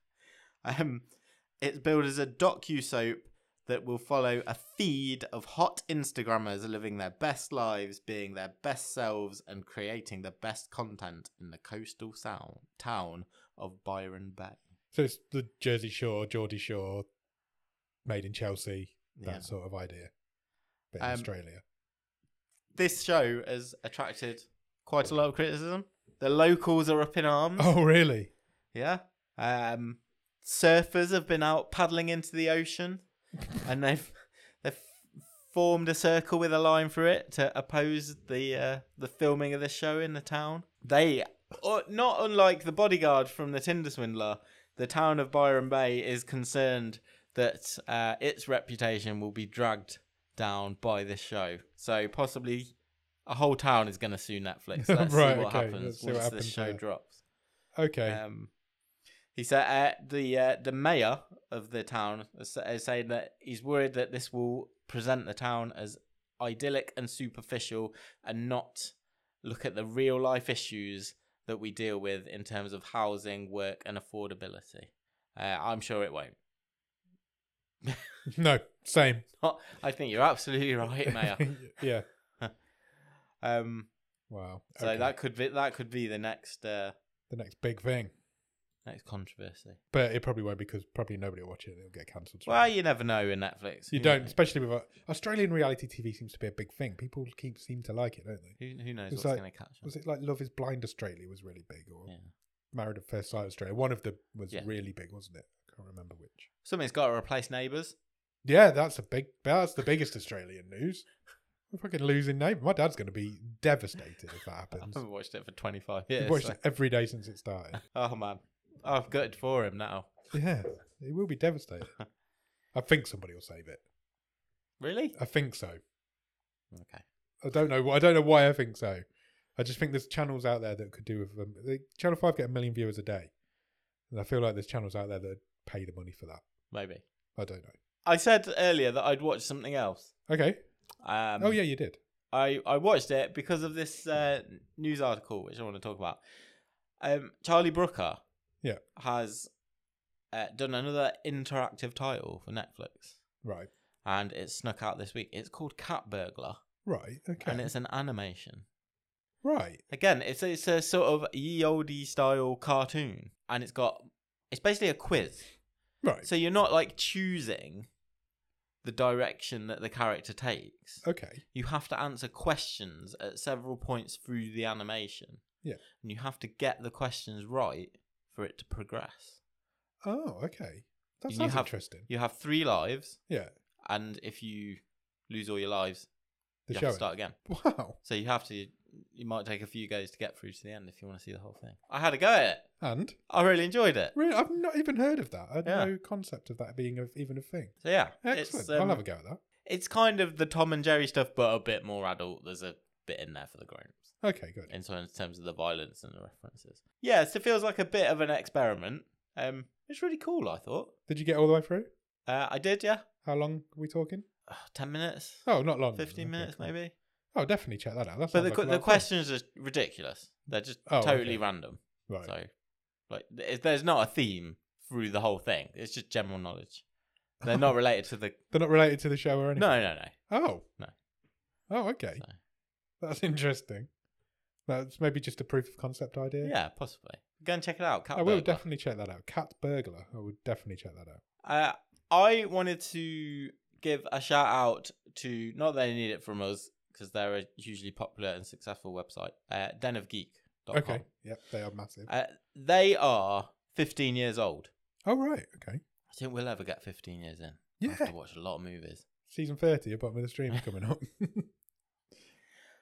[SPEAKER 2] Um, it's billed as a docu soap that will follow a feed of hot Instagrammers living their best lives, being their best selves, and creating the best content in the coastal sound, town of Byron Bay.
[SPEAKER 1] So it's the Jersey Shore, Geordie Shore, made in Chelsea, that
[SPEAKER 2] Yeah.
[SPEAKER 1] sort of idea. But in
[SPEAKER 2] Um,
[SPEAKER 1] Australia.
[SPEAKER 2] This show has attracted quite a lot of criticism. The locals are up in arms.
[SPEAKER 1] Oh, really?
[SPEAKER 2] Yeah. Um, surfers have been out paddling into the ocean, and they've they've formed a circle with a line through it to oppose the uh, the filming of the show in the town. They, or not unlike the bodyguard from the Tinder Swindler, the town of Byron Bay is concerned that uh, its reputation will be dragged down by this show. So possibly. A whole town is going to sue Netflix. Let's
[SPEAKER 1] Right,
[SPEAKER 2] see what
[SPEAKER 1] okay,
[SPEAKER 2] happens
[SPEAKER 1] let's see what
[SPEAKER 2] once
[SPEAKER 1] happens
[SPEAKER 2] this show
[SPEAKER 1] there.
[SPEAKER 2] drops.
[SPEAKER 1] Okay.
[SPEAKER 2] Um, he said uh, the uh, the mayor of the town is is saying that he's worried that this will present the town as idyllic and superficial, and not look at the real life issues that we deal with in terms of housing, work, and affordability. Uh, I'm sure it won't.
[SPEAKER 1] no, same.
[SPEAKER 2] I think you're absolutely right, mayor.
[SPEAKER 1] yeah.
[SPEAKER 2] um,
[SPEAKER 1] Wow.
[SPEAKER 2] so
[SPEAKER 1] okay.
[SPEAKER 2] that could be that could be the next uh,
[SPEAKER 1] the next big thing.
[SPEAKER 2] next controversy.
[SPEAKER 1] But it probably won't because probably nobody will watch it. and It'll get cancelled. straight
[SPEAKER 2] Well,
[SPEAKER 1] away.
[SPEAKER 2] you never know in Netflix.
[SPEAKER 1] you
[SPEAKER 2] Who
[SPEAKER 1] don't,
[SPEAKER 2] knows?
[SPEAKER 1] especially with uh, Australian reality TV seems to be a big thing. People keep seem to like it, don't they?
[SPEAKER 2] Who, who knows
[SPEAKER 1] It's
[SPEAKER 2] what's
[SPEAKER 1] like-
[SPEAKER 2] going to catch on?
[SPEAKER 1] Was it like Love Is Blind Australia was really big, or
[SPEAKER 2] Yeah.
[SPEAKER 1] Married at First Sight Australia? One of them was
[SPEAKER 2] Yeah.
[SPEAKER 1] really big, wasn't it? I can't remember which.
[SPEAKER 2] Something's got to replace neighbours.
[SPEAKER 1] Yeah, that's a big. That's the biggest Australian news. We're fucking losing name. My dad's going to be devastated if that
[SPEAKER 2] I
[SPEAKER 1] happens.
[SPEAKER 2] haven't watched it for 25
[SPEAKER 1] We've
[SPEAKER 2] years.
[SPEAKER 1] watched
[SPEAKER 2] Oh, so-
[SPEAKER 1] it every day since it started.
[SPEAKER 2] Oh man, I've gutted for him now.
[SPEAKER 1] Yeah, it will be devastated. I think somebody will save it.
[SPEAKER 2] Really?
[SPEAKER 1] I think so.
[SPEAKER 2] Okay.
[SPEAKER 1] I don't know. I don't know why I think so. I just think there's channels out there that could do with them. They- Channel Five get a million viewers a day, and I feel like there's channels out there that pay the money for that.
[SPEAKER 2] Maybe.
[SPEAKER 1] I don't know.
[SPEAKER 2] I said earlier that I'd watch something else.
[SPEAKER 1] Okay.
[SPEAKER 2] Um,
[SPEAKER 1] oh yeah, you did.
[SPEAKER 2] I I watched it because of this uh, news article which I want to talk about. Um, Charlie Brooker.
[SPEAKER 1] Yeah.
[SPEAKER 2] Has uh, done another interactive title for Netflix,
[SPEAKER 1] Right.
[SPEAKER 2] and it snuck out this week. It's called Cat Burglar,
[SPEAKER 1] Right. Okay.
[SPEAKER 2] and it's an animation.
[SPEAKER 1] right.
[SPEAKER 2] Again, it's it's a sort of ye olde style cartoon, and it's got it's basically a quiz.
[SPEAKER 1] Right.
[SPEAKER 2] So you're not like choosing the direction that the character takes.
[SPEAKER 1] Okay.
[SPEAKER 2] You have to answer questions at several points through the animation.
[SPEAKER 1] Yeah.
[SPEAKER 2] And you have to get the questions right for it to progress.
[SPEAKER 1] Oh, okay. That
[SPEAKER 2] You
[SPEAKER 1] sounds
[SPEAKER 2] have-
[SPEAKER 1] interesting.
[SPEAKER 2] You have three lives,
[SPEAKER 1] Yeah.
[SPEAKER 2] and if you lose all your lives, you
[SPEAKER 1] The
[SPEAKER 2] have
[SPEAKER 1] show.
[SPEAKER 2] to start again.
[SPEAKER 1] Wow.
[SPEAKER 2] So you have to. You might take a few goes to get through to the end if you want to see the whole thing. I had a go at it.
[SPEAKER 1] And
[SPEAKER 2] I really enjoyed it.
[SPEAKER 1] really, I've not even heard of that. I had
[SPEAKER 2] Yeah.
[SPEAKER 1] no concept of that being of even a thing.
[SPEAKER 2] So yeah,
[SPEAKER 1] Excellent.
[SPEAKER 2] It's, um,
[SPEAKER 1] I'll have a go at that.
[SPEAKER 2] it's kind of the Tom and Jerry stuff, but a bit more adult. There's a bit in there for the grown-ups.
[SPEAKER 1] Okay, good.
[SPEAKER 2] in terms, terms of the violence and the references. Yeah, so it feels like a bit of an experiment. Um, it's really cool. I thought.
[SPEAKER 1] Did you get all the way through?
[SPEAKER 2] Uh, I did. Yeah,
[SPEAKER 1] How long are we talking?
[SPEAKER 2] Ugh, ten minutes,
[SPEAKER 1] Oh, not long. then.
[SPEAKER 2] fifteen
[SPEAKER 1] Okay,
[SPEAKER 2] minutes,
[SPEAKER 1] cool.
[SPEAKER 2] maybe.
[SPEAKER 1] Oh, definitely check that out. That's
[SPEAKER 2] But the qu- the questions are ridiculous. They're just
[SPEAKER 1] Oh,
[SPEAKER 2] totally
[SPEAKER 1] okay.
[SPEAKER 2] random.
[SPEAKER 1] Right.
[SPEAKER 2] So, like, th- there's not a theme through the whole thing. It's just general knowledge. They're not related to the.
[SPEAKER 1] They're not related to the show or anything.
[SPEAKER 2] No, no, no.
[SPEAKER 1] Oh.
[SPEAKER 2] No.
[SPEAKER 1] Oh, okay.
[SPEAKER 2] So-
[SPEAKER 1] That's interesting. That's maybe just a proof of concept idea.
[SPEAKER 2] Yeah, possibly. Go and check it out. Cat
[SPEAKER 1] I will
[SPEAKER 2] Burglar.
[SPEAKER 1] definitely check that out. Cat burglar. I would definitely check that out.
[SPEAKER 2] Uh, I wanted to give a shout out to not that they need it from us because they're a hugely popular and successful website, uh, denofgeek.com.
[SPEAKER 1] Okay. Yep, they are massive.
[SPEAKER 2] Uh, they are 15 years old.
[SPEAKER 1] oh right. Okay.
[SPEAKER 2] I think we'll ever get 15 years in. I have
[SPEAKER 1] Yeah.
[SPEAKER 2] to watch a lot of movies.
[SPEAKER 1] Season thirty. About with the stream's coming up.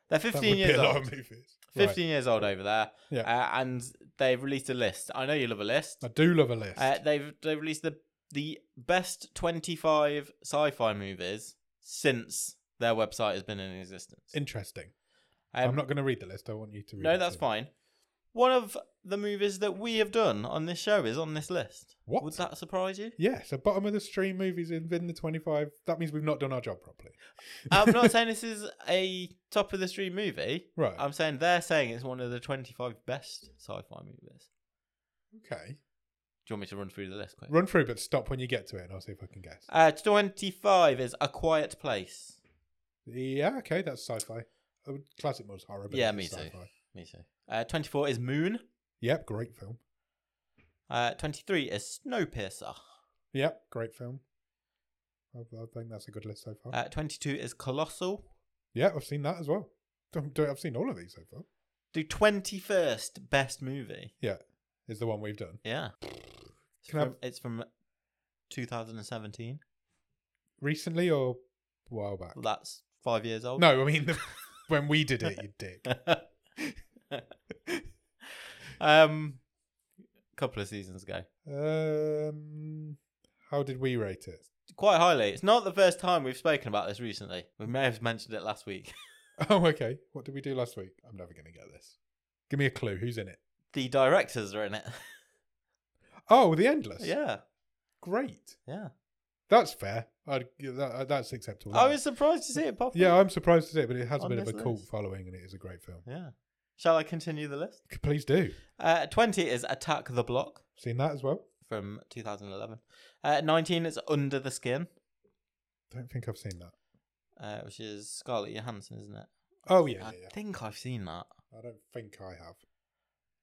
[SPEAKER 2] They're
[SPEAKER 1] That
[SPEAKER 2] 15
[SPEAKER 1] would be
[SPEAKER 2] years
[SPEAKER 1] a lot
[SPEAKER 2] old.
[SPEAKER 1] of movies. Right.
[SPEAKER 2] 15 years old over there.
[SPEAKER 1] Yeah.
[SPEAKER 2] Uh, and they've released a list. I know you love a list.
[SPEAKER 1] I do love a list.
[SPEAKER 2] Uh, they've they've released the the best 25 sci-fi movies since their website has been in existence.
[SPEAKER 1] interesting.
[SPEAKER 2] Um,
[SPEAKER 1] I'm not going to read the list. I want you to. read
[SPEAKER 2] No,
[SPEAKER 1] it
[SPEAKER 2] that's
[SPEAKER 1] to me.
[SPEAKER 2] fine. One of the movies that we have done on this show is on this list.
[SPEAKER 1] What?
[SPEAKER 2] Would that surprise you?
[SPEAKER 1] Yeah, so bottom of the stream movies in within the 25. That means we've not done our job properly.
[SPEAKER 2] I'm not saying this is a top of the stream movie.
[SPEAKER 1] Right.
[SPEAKER 2] I'm saying they're saying it's one of the 25 best sci-fi movies.
[SPEAKER 1] okay.
[SPEAKER 2] Do you want me to run through the list quick?
[SPEAKER 1] Run through, but stop when you get to it, and I'll see if I can guess.
[SPEAKER 2] Uh, 25 is A Quiet Place.
[SPEAKER 1] yeah, okay, that's sci fi. I would class it more as horror. But
[SPEAKER 2] Yeah,
[SPEAKER 1] it's
[SPEAKER 2] me too.
[SPEAKER 1] sci-fi.
[SPEAKER 2] Me too. Uh, 24 is Moon.
[SPEAKER 1] Yep, great film.
[SPEAKER 2] Uh, 23 is Snowpiercer.
[SPEAKER 1] Yep, great film. I, I think that's a good list so far.
[SPEAKER 2] Uh, 22 is Colossal.
[SPEAKER 1] yeah, I've seen that as well. Don't- don't- I've seen all of these so far.
[SPEAKER 2] The 21st best movie.
[SPEAKER 1] Yeah, is the one we've done.
[SPEAKER 2] Yeah. It's
[SPEAKER 1] Can I
[SPEAKER 2] from, it's from 2017.
[SPEAKER 1] Recently or a while back?
[SPEAKER 2] Well, that's five years old.
[SPEAKER 1] No, I mean, the, when we did it, you dick.
[SPEAKER 2] um, couple of seasons ago.
[SPEAKER 1] Um, how did we rate it?
[SPEAKER 2] Quite highly. It's not the first time we've spoken about this recently. We may have mentioned it last week.
[SPEAKER 1] Oh, okay. What did we do last week? I'm never going to get this. Give me a clue. Who's in it?
[SPEAKER 2] The directors are in it.
[SPEAKER 1] Oh, The Endless.
[SPEAKER 2] yeah.
[SPEAKER 1] Great.
[SPEAKER 2] Yeah.
[SPEAKER 1] That's fair. I'd, yeah, that, uh, that's acceptable.
[SPEAKER 2] I was surprised to see it pop. up.
[SPEAKER 1] yeah, I'm surprised to see it, but it has a
[SPEAKER 2] On
[SPEAKER 1] bit of a
[SPEAKER 2] this
[SPEAKER 1] cult
[SPEAKER 2] list.
[SPEAKER 1] following and it is a great film.
[SPEAKER 2] Yeah. Shall I continue the list?
[SPEAKER 1] C- Please do.
[SPEAKER 2] Uh, 20 is Attack the Block
[SPEAKER 1] Seen that as well?
[SPEAKER 2] from 2011. Uh, 19 is Under the Skin,
[SPEAKER 1] Don't think I've seen that.
[SPEAKER 2] uh, which is Scarlett Johansson, isn't it?
[SPEAKER 1] Oh, yeah,
[SPEAKER 2] I
[SPEAKER 1] yeah, yeah.
[SPEAKER 2] think I've seen that.
[SPEAKER 1] I don't think I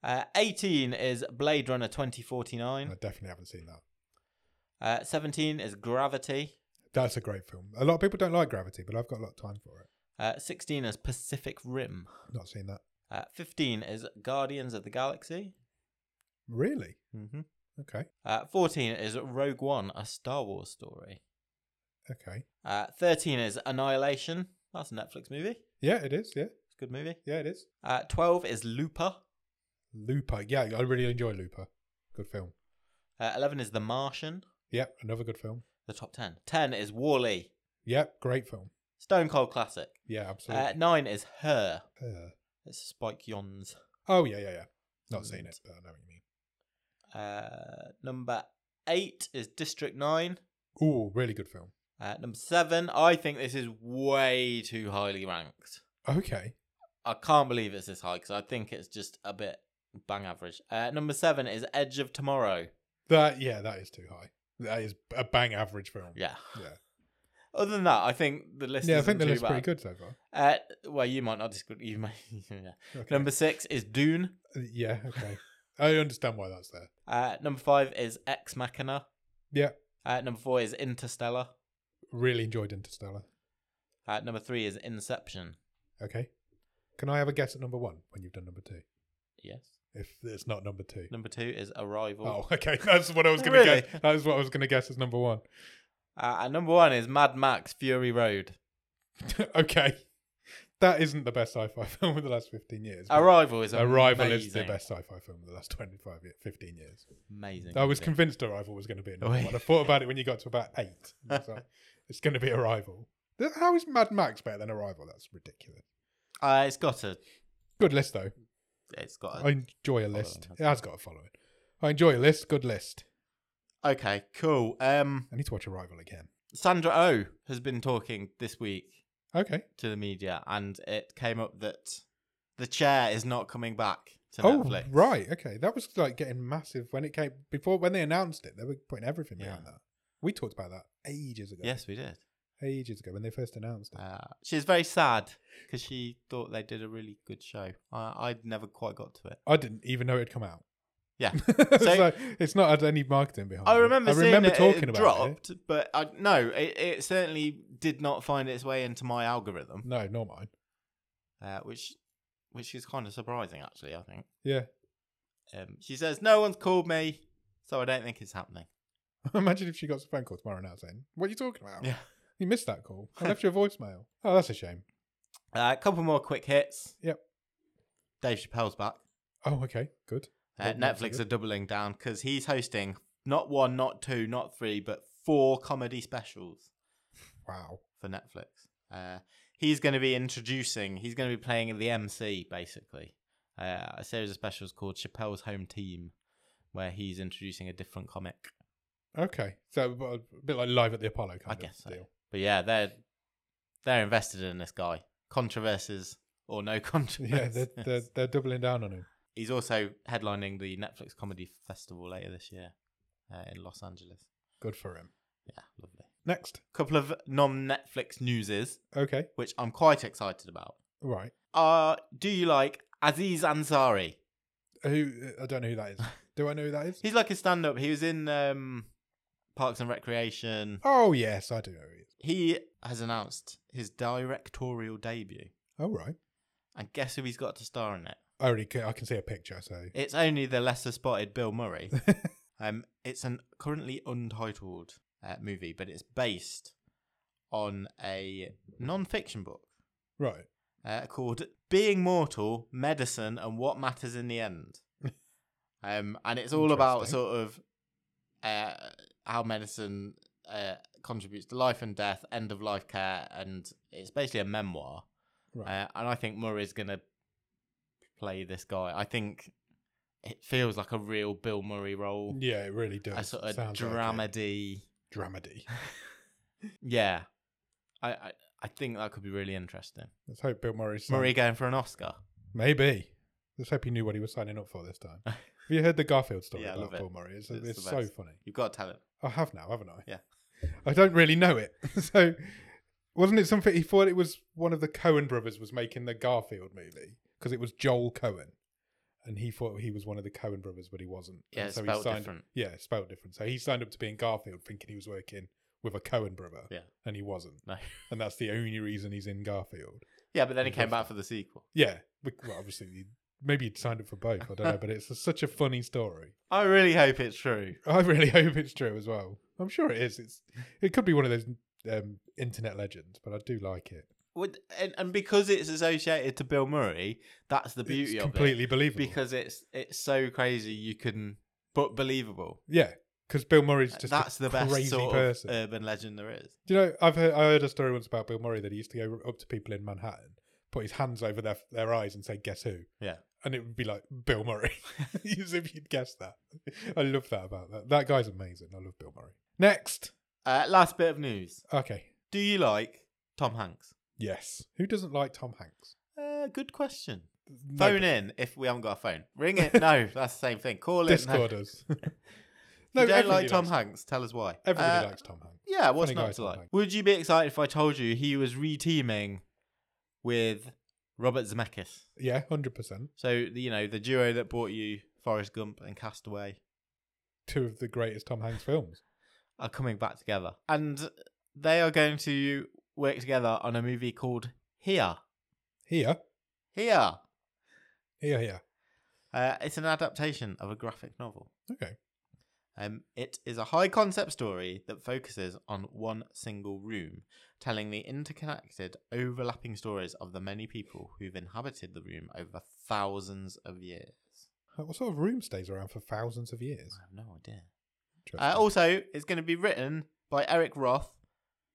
[SPEAKER 1] have.
[SPEAKER 2] Uh, 18 is Blade Runner
[SPEAKER 1] I
[SPEAKER 2] 2049.
[SPEAKER 1] definitely haven't seen that.
[SPEAKER 2] Uh, 17 is Gravity.
[SPEAKER 1] That's a great film. A lot of people don't like Gravity, but I've got a lot of time for it.
[SPEAKER 2] Uh, 16 is Pacific Rim.
[SPEAKER 1] Not seen that.
[SPEAKER 2] Uh, 15 is Guardians of the Galaxy.
[SPEAKER 1] Really?
[SPEAKER 2] Mm-hmm.
[SPEAKER 1] Okay.
[SPEAKER 2] Uh, 14 is Rogue One, a Star Wars story.
[SPEAKER 1] Okay.
[SPEAKER 2] Uh, 13 is Annihilation. That's a Netflix movie. It's
[SPEAKER 1] Yeah, it is. Yeah.
[SPEAKER 2] a good movie.
[SPEAKER 1] Yeah, it is.
[SPEAKER 2] Uh, 12 is Looper.
[SPEAKER 1] Looper. Yeah, I really enjoy Looper. Good film.
[SPEAKER 2] Uh, 11 is The Martian.
[SPEAKER 1] Yep, another good film.
[SPEAKER 2] The top 10. 10 is Wally.
[SPEAKER 1] Yep, great film.
[SPEAKER 2] Stone Cold Classic.
[SPEAKER 1] Yeah,
[SPEAKER 2] Uh,
[SPEAKER 1] absolutely.
[SPEAKER 2] 9 is Her.
[SPEAKER 1] Uh,
[SPEAKER 2] It's Spike Jonze.
[SPEAKER 1] oh yeah, yeah, yeah. Not seen it, but I know what you mean.
[SPEAKER 2] Uh, number eight is District Nine.
[SPEAKER 1] Ooh, really good film.
[SPEAKER 2] Uh, number seven, I think this is way too highly ranked.
[SPEAKER 1] Okay.
[SPEAKER 2] I can't believe it's this high because I think it's just a bit bang average. Uh, number seven is Edge of Tomorrow.
[SPEAKER 1] That yeah, that is too high. That is a bang average film.
[SPEAKER 2] Yeah.
[SPEAKER 1] Yeah.
[SPEAKER 2] Other than that, I think the list.
[SPEAKER 1] Yeah, I
[SPEAKER 2] isn't
[SPEAKER 1] think the
[SPEAKER 2] too
[SPEAKER 1] list's pretty
[SPEAKER 2] bad.
[SPEAKER 1] good so far.
[SPEAKER 2] Uh, well, you might not disagree. You may. yeah.
[SPEAKER 1] Okay.
[SPEAKER 2] Number six is Dune.
[SPEAKER 1] yeah, okay. I understand why that's there.
[SPEAKER 2] Uh, number five is Ex Machina.
[SPEAKER 1] Yeah.
[SPEAKER 2] Uh, number four is Interstellar.
[SPEAKER 1] Really enjoyed Interstellar.
[SPEAKER 2] Uh, number three is Inception.
[SPEAKER 1] Okay. Can I have a guess at number one when you've done number two?
[SPEAKER 2] Yes.
[SPEAKER 1] If it's not number two.
[SPEAKER 2] Number two is Arrival.
[SPEAKER 1] Oh, okay. That's what I was gonna
[SPEAKER 2] Really?
[SPEAKER 1] guess. That's what I was gonna guess as number one.
[SPEAKER 2] Uh, and number one is Mad Max Fury Road.
[SPEAKER 1] okay, that isn't the best sci-fi film of the last fifteen years. but
[SPEAKER 2] Arrival is
[SPEAKER 1] Arrival is the
[SPEAKER 2] amazing.
[SPEAKER 1] best sci-fi film of the last 25, ye- 15 years.
[SPEAKER 2] Amazing.
[SPEAKER 1] I was
[SPEAKER 2] movie.
[SPEAKER 1] convinced Arrival was going to be another
[SPEAKER 2] Oh, yeah.
[SPEAKER 1] one. I thought about it when you got to about eight. I was like, it's going to be Arrival. Th- How is Mad Max better than Arrival? That's ridiculous.
[SPEAKER 2] uh, it's got a.
[SPEAKER 1] Good list though.
[SPEAKER 2] It's got
[SPEAKER 1] I Oh,
[SPEAKER 2] a.
[SPEAKER 1] enjoy a
[SPEAKER 2] follow
[SPEAKER 1] list.
[SPEAKER 2] it,
[SPEAKER 1] It has got a following. I enjoy a list. Good list.
[SPEAKER 2] Okay, cool. Um,
[SPEAKER 1] I need to watch Arrival again.
[SPEAKER 2] Sandra O oh has been talking this week
[SPEAKER 1] Okay.
[SPEAKER 2] to the media, and it came up that the chair is not coming back to
[SPEAKER 1] oh
[SPEAKER 2] Netflix.
[SPEAKER 1] right. Okay. That was like getting massive when it came before when they announced it. They were putting everything
[SPEAKER 2] Yeah.
[SPEAKER 1] behind that. We talked about that ages ago.
[SPEAKER 2] Yes, we did.
[SPEAKER 1] Ages ago when they first announced it.
[SPEAKER 2] Uh, she's very sad because she thought they did a really good show. I, I never quite got to it.
[SPEAKER 1] I didn't even know it had come out.
[SPEAKER 2] Yeah.
[SPEAKER 1] so,
[SPEAKER 2] So-
[SPEAKER 1] it's not had any marketing behind
[SPEAKER 2] I
[SPEAKER 1] it.
[SPEAKER 2] remember.
[SPEAKER 1] I
[SPEAKER 2] seeing
[SPEAKER 1] remember
[SPEAKER 2] it,
[SPEAKER 1] talking
[SPEAKER 2] it
[SPEAKER 1] about it.
[SPEAKER 2] dropped, but I, no, it, it certainly did not find its way into my algorithm,
[SPEAKER 1] No, not mine.
[SPEAKER 2] uh, which which is kind of surprising, actually. I think.
[SPEAKER 1] Yeah.
[SPEAKER 2] Um, she says no one's called me, so I don't think it's happening.
[SPEAKER 1] Imagine if she got a phone call tomorrow now saying, What are you talking about?
[SPEAKER 2] Yeah.
[SPEAKER 1] You missed that call. I left you a voicemail. Oh, that's a shame.
[SPEAKER 2] Uh, a couple more quick hits.
[SPEAKER 1] Yep.
[SPEAKER 2] Dave Chappelle's back.
[SPEAKER 1] Oh, okay. Good.
[SPEAKER 2] Uh,
[SPEAKER 1] Good, not so
[SPEAKER 2] Netflix are
[SPEAKER 1] good.
[SPEAKER 2] doubling down because he's hosting not one, not two, not three, but four comedy specials.
[SPEAKER 1] Wow.
[SPEAKER 2] for Netflix. Uh, he's going to be introducing, he's going to be playing the MC, basically. Uh, a series of specials called Chappelle's Home Team, where he's introducing a different comic.
[SPEAKER 1] Okay. So a bit like live at the Apollo kind
[SPEAKER 2] I
[SPEAKER 1] of
[SPEAKER 2] guess so.
[SPEAKER 1] deal.
[SPEAKER 2] But yeah, they're they're invested in this guy. Controversies or no
[SPEAKER 1] Yeah,
[SPEAKER 2] controversies.
[SPEAKER 1] they're, they're, they're doubling down on him.
[SPEAKER 2] He's also headlining the Netflix Comedy Festival later this year uh, in Los Angeles.
[SPEAKER 1] Good for him.
[SPEAKER 2] Yeah, lovely.
[SPEAKER 1] Next.
[SPEAKER 2] Couple of non Netflix newses,
[SPEAKER 1] Okay.
[SPEAKER 2] which I'm quite excited about.
[SPEAKER 1] Right.
[SPEAKER 2] Uh, do you like Aziz Ansari?
[SPEAKER 1] Who I don't know who that is. Do I know who that is?
[SPEAKER 2] He's like a stand up. He was in um, Parks and Recreation.
[SPEAKER 1] Oh yes, I do know who he is.
[SPEAKER 2] He has announced his directorial debut.
[SPEAKER 1] Oh right.
[SPEAKER 2] And guess who he's got to star in it?
[SPEAKER 1] I already can, I can see a picture, so
[SPEAKER 2] It's only the lesser spotted Bill Murray. um, it's an currently untitled uh, movie, but it's based on a non fiction book
[SPEAKER 1] right.
[SPEAKER 2] uh, called Being Mortal, Medicine, and What Matters in the End. um, and it's all about
[SPEAKER 1] Interesting.
[SPEAKER 2] sort of uh, how medicine uh, contributes to life and death, end of life care, and it's basically a memoir.
[SPEAKER 1] Right.
[SPEAKER 2] Uh, and I think Murray's going to play this guy. I think it feels like a real Bill Murray role,
[SPEAKER 1] Yeah, it really does.
[SPEAKER 2] a sort of
[SPEAKER 1] Sounds like it.
[SPEAKER 2] dramedy.
[SPEAKER 1] Dramedy.
[SPEAKER 2] yeah. I, I, I think that could be really interesting.
[SPEAKER 1] Let's hope Bill Murray's son-
[SPEAKER 2] Murray going for an Oscar.
[SPEAKER 1] Maybe. Let's hope he knew what he was signing up for this time. Have you heard the Garfield story
[SPEAKER 2] Yeah, I
[SPEAKER 1] about
[SPEAKER 2] love it.
[SPEAKER 1] Bill Murray? It's,
[SPEAKER 2] It's
[SPEAKER 1] it's,
[SPEAKER 2] the
[SPEAKER 1] so
[SPEAKER 2] best.
[SPEAKER 1] funny.
[SPEAKER 2] You've got to tell it.
[SPEAKER 1] I have now, haven't I?
[SPEAKER 2] Yeah.
[SPEAKER 1] I don't really know it. so, wasn't it something he thought it was one of the Cohen brothers was making the Garfield movie because it was Joel Cohen, and he thought he was one of the Cohen brothers, but he wasn't.
[SPEAKER 2] Yeah,
[SPEAKER 1] And
[SPEAKER 2] it's
[SPEAKER 1] he
[SPEAKER 2] spelled
[SPEAKER 1] signed,
[SPEAKER 2] different.
[SPEAKER 1] Yeah, it's spelled different. So he signed up to being Garfield, thinking he was working with a Cohen brother.
[SPEAKER 2] Yeah.
[SPEAKER 1] and he wasn't.
[SPEAKER 2] No.
[SPEAKER 1] and that's the only reason he's in Garfield.
[SPEAKER 2] Yeah, but then he
[SPEAKER 1] He
[SPEAKER 2] came
[SPEAKER 1] does
[SPEAKER 2] back for the sequel.
[SPEAKER 1] Yeah, we- well, obviously, you- maybe you'd signed up for both. I don't know, but it's a- such a funny story.
[SPEAKER 2] I really hope it's true.
[SPEAKER 1] I really hope it's true as well. I'm sure it is. It's it could be one of those um, internet legends, but I do like it.
[SPEAKER 2] Would and, and because it's associated to Bill Murray, that's the beauty
[SPEAKER 1] it's
[SPEAKER 2] of
[SPEAKER 1] completely
[SPEAKER 2] it.
[SPEAKER 1] believable.
[SPEAKER 2] Because it's it's so crazy you can but believable.
[SPEAKER 1] yeah, because Bill Murray's just
[SPEAKER 2] that's
[SPEAKER 1] a
[SPEAKER 2] the best
[SPEAKER 1] crazy
[SPEAKER 2] sort
[SPEAKER 1] person.
[SPEAKER 2] of uh, urban legend there is.
[SPEAKER 1] Do you know? I've heard, I heard a story once about Bill Murray that he used to go up to people in Manhattan, put his hands over their their eyes, and say, "Guess who?"
[SPEAKER 2] Yeah.
[SPEAKER 1] and it would be like Bill Murray, as if you'd guessed that. I love that about that. That guy's amazing. I love Bill Murray. Next,
[SPEAKER 2] Uh, last bit of news.
[SPEAKER 1] okay,
[SPEAKER 2] Do you like Tom Hanks?
[SPEAKER 1] Yes. Who doesn't like Tom Hanks?
[SPEAKER 2] Uh, good question.
[SPEAKER 1] No,
[SPEAKER 2] Phone in if we haven't got a phone. Ring it. No, that's the same thing. Call
[SPEAKER 1] but
[SPEAKER 2] it. No.
[SPEAKER 1] Discord us.
[SPEAKER 2] If you don't
[SPEAKER 1] everybody
[SPEAKER 2] like Tom
[SPEAKER 1] likes-
[SPEAKER 2] Hanks? Tell us why.
[SPEAKER 1] Everybody
[SPEAKER 2] Uh,
[SPEAKER 1] likes Tom Hanks.
[SPEAKER 2] Yeah, what's
[SPEAKER 1] Funny guy,
[SPEAKER 2] not to
[SPEAKER 1] Tom
[SPEAKER 2] like?
[SPEAKER 1] Hanks.
[SPEAKER 2] Would you be excited if I told you he was reteaming with Robert Zemeckis?
[SPEAKER 1] Yeah, hundred percent.
[SPEAKER 2] So you know the duo that brought you Forrest Gump and Castaway
[SPEAKER 1] Two of the greatest Tom Hanks films.
[SPEAKER 2] are coming back together, and they are going to work together on a movie called Here.
[SPEAKER 1] Here,
[SPEAKER 2] Here.
[SPEAKER 1] here, here.
[SPEAKER 2] Uh, it's an adaptation of a graphic novel.
[SPEAKER 1] Okay.
[SPEAKER 2] Um, it is a high concept story that focuses on one single room, telling the interconnected, overlapping stories of the many people who've inhabited the room over thousands of years.
[SPEAKER 1] Uh, What sort of room stays around for thousands of years?
[SPEAKER 2] I have no idea. Uh,
[SPEAKER 1] Interesting.
[SPEAKER 2] also, it's going to be written by Eric Roth,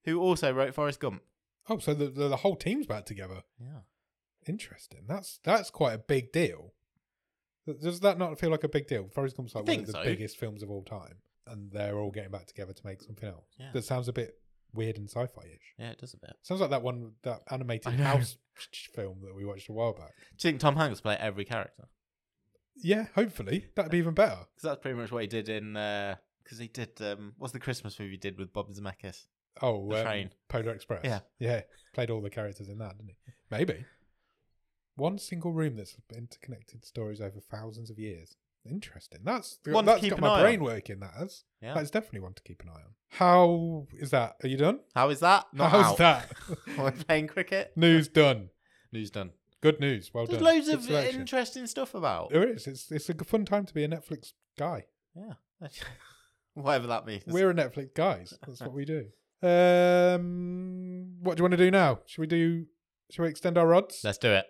[SPEAKER 2] who also wrote Forrest Gump.
[SPEAKER 1] oh, so the, the the whole team's back together.
[SPEAKER 2] Yeah.
[SPEAKER 1] Interesting. That's that's quite a big deal. Th- Does that not feel like a big deal? Forrest Gump's
[SPEAKER 2] I
[SPEAKER 1] like one
[SPEAKER 2] think
[SPEAKER 1] of the
[SPEAKER 2] so.
[SPEAKER 1] biggest films of all time, and they're all getting back together to make something else.
[SPEAKER 2] Yeah.
[SPEAKER 1] That sounds a bit weird and sci-fi-ish.
[SPEAKER 2] Yeah, it does a bit.
[SPEAKER 1] Sounds like that one that animated
[SPEAKER 2] I know.
[SPEAKER 1] house film that we watched a while back.
[SPEAKER 2] Do you think Tom Hanks played every character?
[SPEAKER 1] Yeah, hopefully that'd be even better.
[SPEAKER 2] Because that's pretty much what he did in. Because he did. Um, what's the Christmas movie he did with Bob Zemeckis?
[SPEAKER 1] Oh,
[SPEAKER 2] The
[SPEAKER 1] um,
[SPEAKER 2] train.
[SPEAKER 1] Polar Express.
[SPEAKER 2] Yeah.
[SPEAKER 1] yeah. Played all the characters in that, didn't he? Maybe one single room that's interconnected stories over thousands of years. Interesting. That's
[SPEAKER 2] One to
[SPEAKER 1] that's
[SPEAKER 2] keep
[SPEAKER 1] got
[SPEAKER 2] an
[SPEAKER 1] my
[SPEAKER 2] eye
[SPEAKER 1] brain
[SPEAKER 2] on.
[SPEAKER 1] working. That has.
[SPEAKER 2] Yeah.
[SPEAKER 1] That is definitely one to keep an eye on. How is that? Are you done?
[SPEAKER 2] How is that? Not out.
[SPEAKER 1] How's that?
[SPEAKER 2] We're playing cricket.
[SPEAKER 1] news done.
[SPEAKER 2] News done.
[SPEAKER 1] Good news. Well
[SPEAKER 2] There's
[SPEAKER 1] done.
[SPEAKER 2] loads
[SPEAKER 1] Good
[SPEAKER 2] of
[SPEAKER 1] selection.
[SPEAKER 2] interesting stuff about.
[SPEAKER 1] There is. It's it's a g- fun time to be a Netflix guy.
[SPEAKER 2] Yeah. Whatever that means.
[SPEAKER 1] We're a Netflix guys. That's what we do. Um, what do you want to do now? Should we do? Should we extend our rods?
[SPEAKER 2] Let's do it.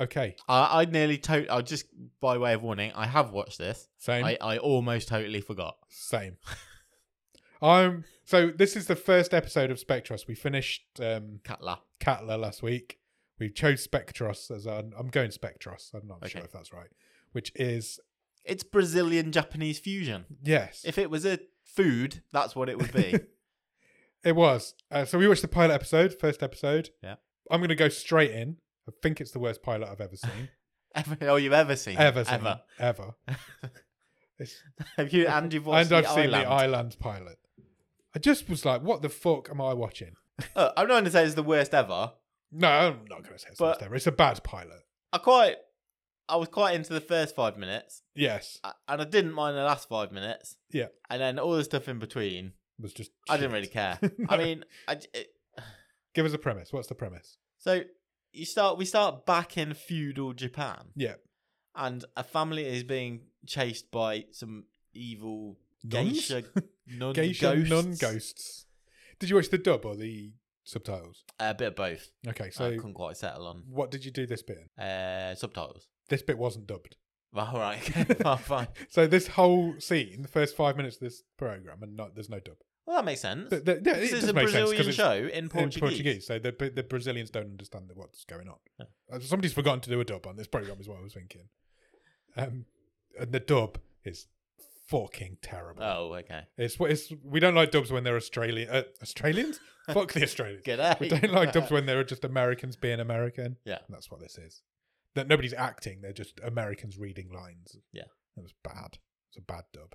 [SPEAKER 1] Okay.
[SPEAKER 2] I, I nearly to. I just by way of warning, I have watched this.
[SPEAKER 1] Same.
[SPEAKER 2] I, I almost totally forgot.
[SPEAKER 1] Same. I'm so this is the first episode of Spectros. We finished um
[SPEAKER 2] Catla.
[SPEAKER 1] Catla last week. We chose Spectros as our I'm going Spectros. I'm not sure
[SPEAKER 2] Okay.
[SPEAKER 1] if that's right. Which is
[SPEAKER 2] It's Brazilian Japanese fusion.
[SPEAKER 1] yes.
[SPEAKER 2] If it was a food, that's what it would be.
[SPEAKER 1] It was. Uh, so we watched the pilot episode, first episode.
[SPEAKER 2] Yeah.
[SPEAKER 1] I'm gonna go straight in. I think it's the worst pilot I've ever seen.
[SPEAKER 2] Every, all you've ever seen.
[SPEAKER 1] ever seen.
[SPEAKER 2] Ever.
[SPEAKER 1] Ever. It's-
[SPEAKER 2] Have you and you've watched
[SPEAKER 1] and I've
[SPEAKER 2] the
[SPEAKER 1] seen
[SPEAKER 2] Island.
[SPEAKER 1] the Island pilot. I just was like, what the fuck am I watching?
[SPEAKER 2] Look, I'm not going to say it's the worst ever.
[SPEAKER 1] No, I'm not gonna say it's the
[SPEAKER 2] But-
[SPEAKER 1] worst ever. It's a bad pilot.
[SPEAKER 2] I quite, I was quite into the first five minutes,
[SPEAKER 1] Yes.
[SPEAKER 2] a- and I didn't mind the last five minutes.
[SPEAKER 1] Yeah.
[SPEAKER 2] and then all the stuff in between,
[SPEAKER 1] was just.
[SPEAKER 2] I didn't
[SPEAKER 1] shit.
[SPEAKER 2] really care.
[SPEAKER 1] No.
[SPEAKER 2] I mean, I, j- it,
[SPEAKER 1] Give us a premise. What's the premise?
[SPEAKER 2] so you start, we start back in feudal Japan.
[SPEAKER 1] Yeah.
[SPEAKER 2] and a family is being chased by some evil
[SPEAKER 1] Nuns?
[SPEAKER 2] geisha, nun,
[SPEAKER 1] Geisha
[SPEAKER 2] ghosts.
[SPEAKER 1] non ghosts. Did you watch the dub or the subtitles?
[SPEAKER 2] Uh, A bit of both.
[SPEAKER 1] Okay,
[SPEAKER 2] I
[SPEAKER 1] so
[SPEAKER 2] couldn't quite settle on
[SPEAKER 1] what did you do this bit in?
[SPEAKER 2] uh, subtitles.
[SPEAKER 1] This bit wasn't dubbed.
[SPEAKER 2] All right, okay, fine, fine.
[SPEAKER 1] So this whole scene, the first five minutes of this program, and not, there's no dub.
[SPEAKER 2] Well, that makes sense.
[SPEAKER 1] Th- th- yeah, it
[SPEAKER 2] this is
[SPEAKER 1] does
[SPEAKER 2] a
[SPEAKER 1] make sense 'cause
[SPEAKER 2] Brazilian
[SPEAKER 1] it's
[SPEAKER 2] show in
[SPEAKER 1] in
[SPEAKER 2] Portuguese.
[SPEAKER 1] so the Bra- the Brazilians don't understand that what's going on.
[SPEAKER 2] No.
[SPEAKER 1] Uh, Somebody's forgotten to do a dub on this program, is what I was thinking. Um, and the dub is fucking terrible.
[SPEAKER 2] Oh, okay.
[SPEAKER 1] It's what it's. We don't like dubs when they're Australian. Uh, Australians? Fuck the Australians.
[SPEAKER 2] Good eh? day.
[SPEAKER 1] We don't like dubs when they're just Americans being American.
[SPEAKER 2] Yeah.
[SPEAKER 1] And that's what this is. That nobody's acting. They're just Americans reading lines.
[SPEAKER 2] Yeah.
[SPEAKER 1] That was bad. It's a bad dub.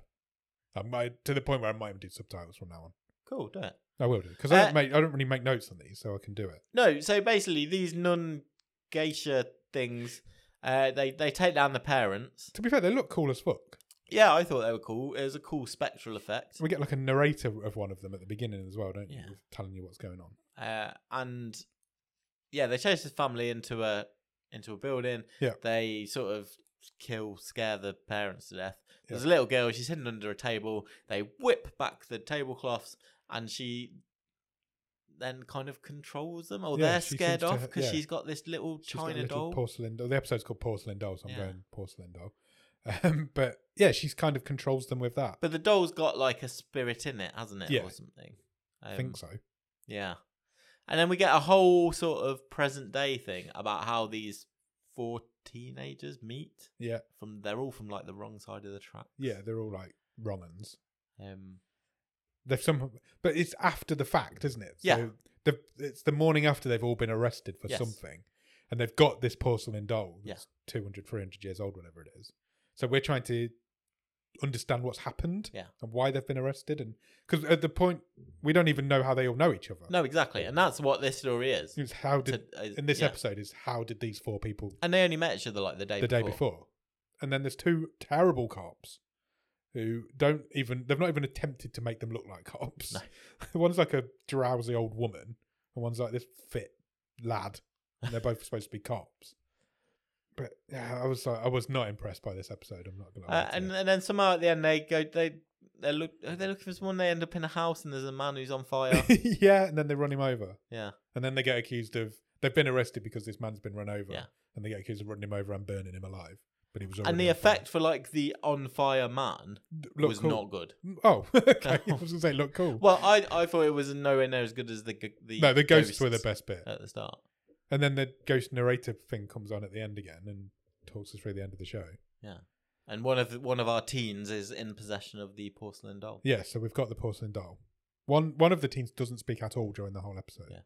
[SPEAKER 1] I might to the point where I might even do subtitles from now on.
[SPEAKER 2] Cool, do it.
[SPEAKER 1] I will do because I
[SPEAKER 2] Uh,
[SPEAKER 1] don't make I don't really make notes on these, so I can do it.
[SPEAKER 2] No, so basically these nun geisha things, uh, they they take down the parents.
[SPEAKER 1] To be fair, they look cool as fuck.
[SPEAKER 2] Yeah, I thought they were cool. It was a cool spectral effect.
[SPEAKER 1] We get like a narrator of one of them at the beginning as well, don't you?
[SPEAKER 2] Yeah.
[SPEAKER 1] Telling you what's going on.
[SPEAKER 2] Uh, and yeah, they chase his family into a into a building.
[SPEAKER 1] Yeah.
[SPEAKER 2] They sort of kill, scare the parents to death. There's
[SPEAKER 1] Yeah.
[SPEAKER 2] a little girl, she's hidden under a table. They whip back the tablecloths and she then kind of controls them or
[SPEAKER 1] Yeah,
[SPEAKER 2] they're
[SPEAKER 1] she seems
[SPEAKER 2] scared
[SPEAKER 1] to
[SPEAKER 2] off
[SPEAKER 1] ha-
[SPEAKER 2] because
[SPEAKER 1] yeah.
[SPEAKER 2] she's got this little
[SPEAKER 1] She's got a
[SPEAKER 2] china
[SPEAKER 1] little
[SPEAKER 2] doll.
[SPEAKER 1] Porcelain doll. The episode's called Porcelain Doll, so I'm
[SPEAKER 2] Yeah.
[SPEAKER 1] going Porcelain Doll. Um, but yeah, she's kind of controls them with that.
[SPEAKER 2] But the doll's got like a spirit in it, hasn't it,
[SPEAKER 1] Yeah.
[SPEAKER 2] or something?
[SPEAKER 1] I
[SPEAKER 2] Um,
[SPEAKER 1] think so.
[SPEAKER 2] Yeah, and then we get a whole sort of present day thing about how these four teenagers meet.
[SPEAKER 1] Yeah,
[SPEAKER 2] From they're all from like the wrong side of the track.
[SPEAKER 1] yeah, they're all like wrong uns.
[SPEAKER 2] Um.
[SPEAKER 1] They've some, but it's after the fact, isn't it?
[SPEAKER 2] Yeah.
[SPEAKER 1] the, it's the morning after they've all been arrested for
[SPEAKER 2] Yes.
[SPEAKER 1] something, and they've got this porcelain doll
[SPEAKER 2] Yeah.
[SPEAKER 1] that's 200, 300 years old, whatever it is. So we're trying to understand what's happened
[SPEAKER 2] Yeah.
[SPEAKER 1] and why they've been arrested, and because at the point we don't even know how they all know each other.
[SPEAKER 2] No, exactly, and that's what this story is.
[SPEAKER 1] it's how
[SPEAKER 2] To-
[SPEAKER 1] did
[SPEAKER 2] uh,
[SPEAKER 1] in this
[SPEAKER 2] yeah.
[SPEAKER 1] episode is how did these four people
[SPEAKER 2] and they only met each other like the day
[SPEAKER 1] the
[SPEAKER 2] before.
[SPEAKER 1] day before. And then there's two terrible cops who don't even they've not even attempted to make them look like cops.
[SPEAKER 2] No.
[SPEAKER 1] The one's like a drowsy old woman, and one's like this fit lad. And they're both supposed to be cops. But yeah, I was like I was not impressed by this episode, I'm not gonna lie.
[SPEAKER 2] Uh,
[SPEAKER 1] to
[SPEAKER 2] and
[SPEAKER 1] you.
[SPEAKER 2] and then somehow at the end they go they they're look they're looking for someone. They end up in a house and there's a man who's on fire.
[SPEAKER 1] yeah, and then they run him over,
[SPEAKER 2] yeah,
[SPEAKER 1] and then they get accused of they've been arrested because this man's been run over,
[SPEAKER 2] Yeah.
[SPEAKER 1] and they get accused of running him over and burning him alive. But he was already
[SPEAKER 2] and the
[SPEAKER 1] on fire.
[SPEAKER 2] effect for like the on fire man
[SPEAKER 1] D- looked
[SPEAKER 2] was
[SPEAKER 1] cool.
[SPEAKER 2] not good.
[SPEAKER 1] Oh, okay. I was gonna say look cool.
[SPEAKER 2] Well, I I thought it was nowhere near as good as the g- the
[SPEAKER 1] no, the ghosts, were the
[SPEAKER 2] ghosts Uh,
[SPEAKER 1] best bit,
[SPEAKER 2] at the start.
[SPEAKER 1] and then the ghost narrator thing comes on at the end again and talks us through the end of the show.
[SPEAKER 2] And one of one of our teens is in possession of the porcelain doll.
[SPEAKER 1] Yeah, so we've got the porcelain doll. One one of the teens doesn't speak at all during the whole episode.
[SPEAKER 2] Yeah.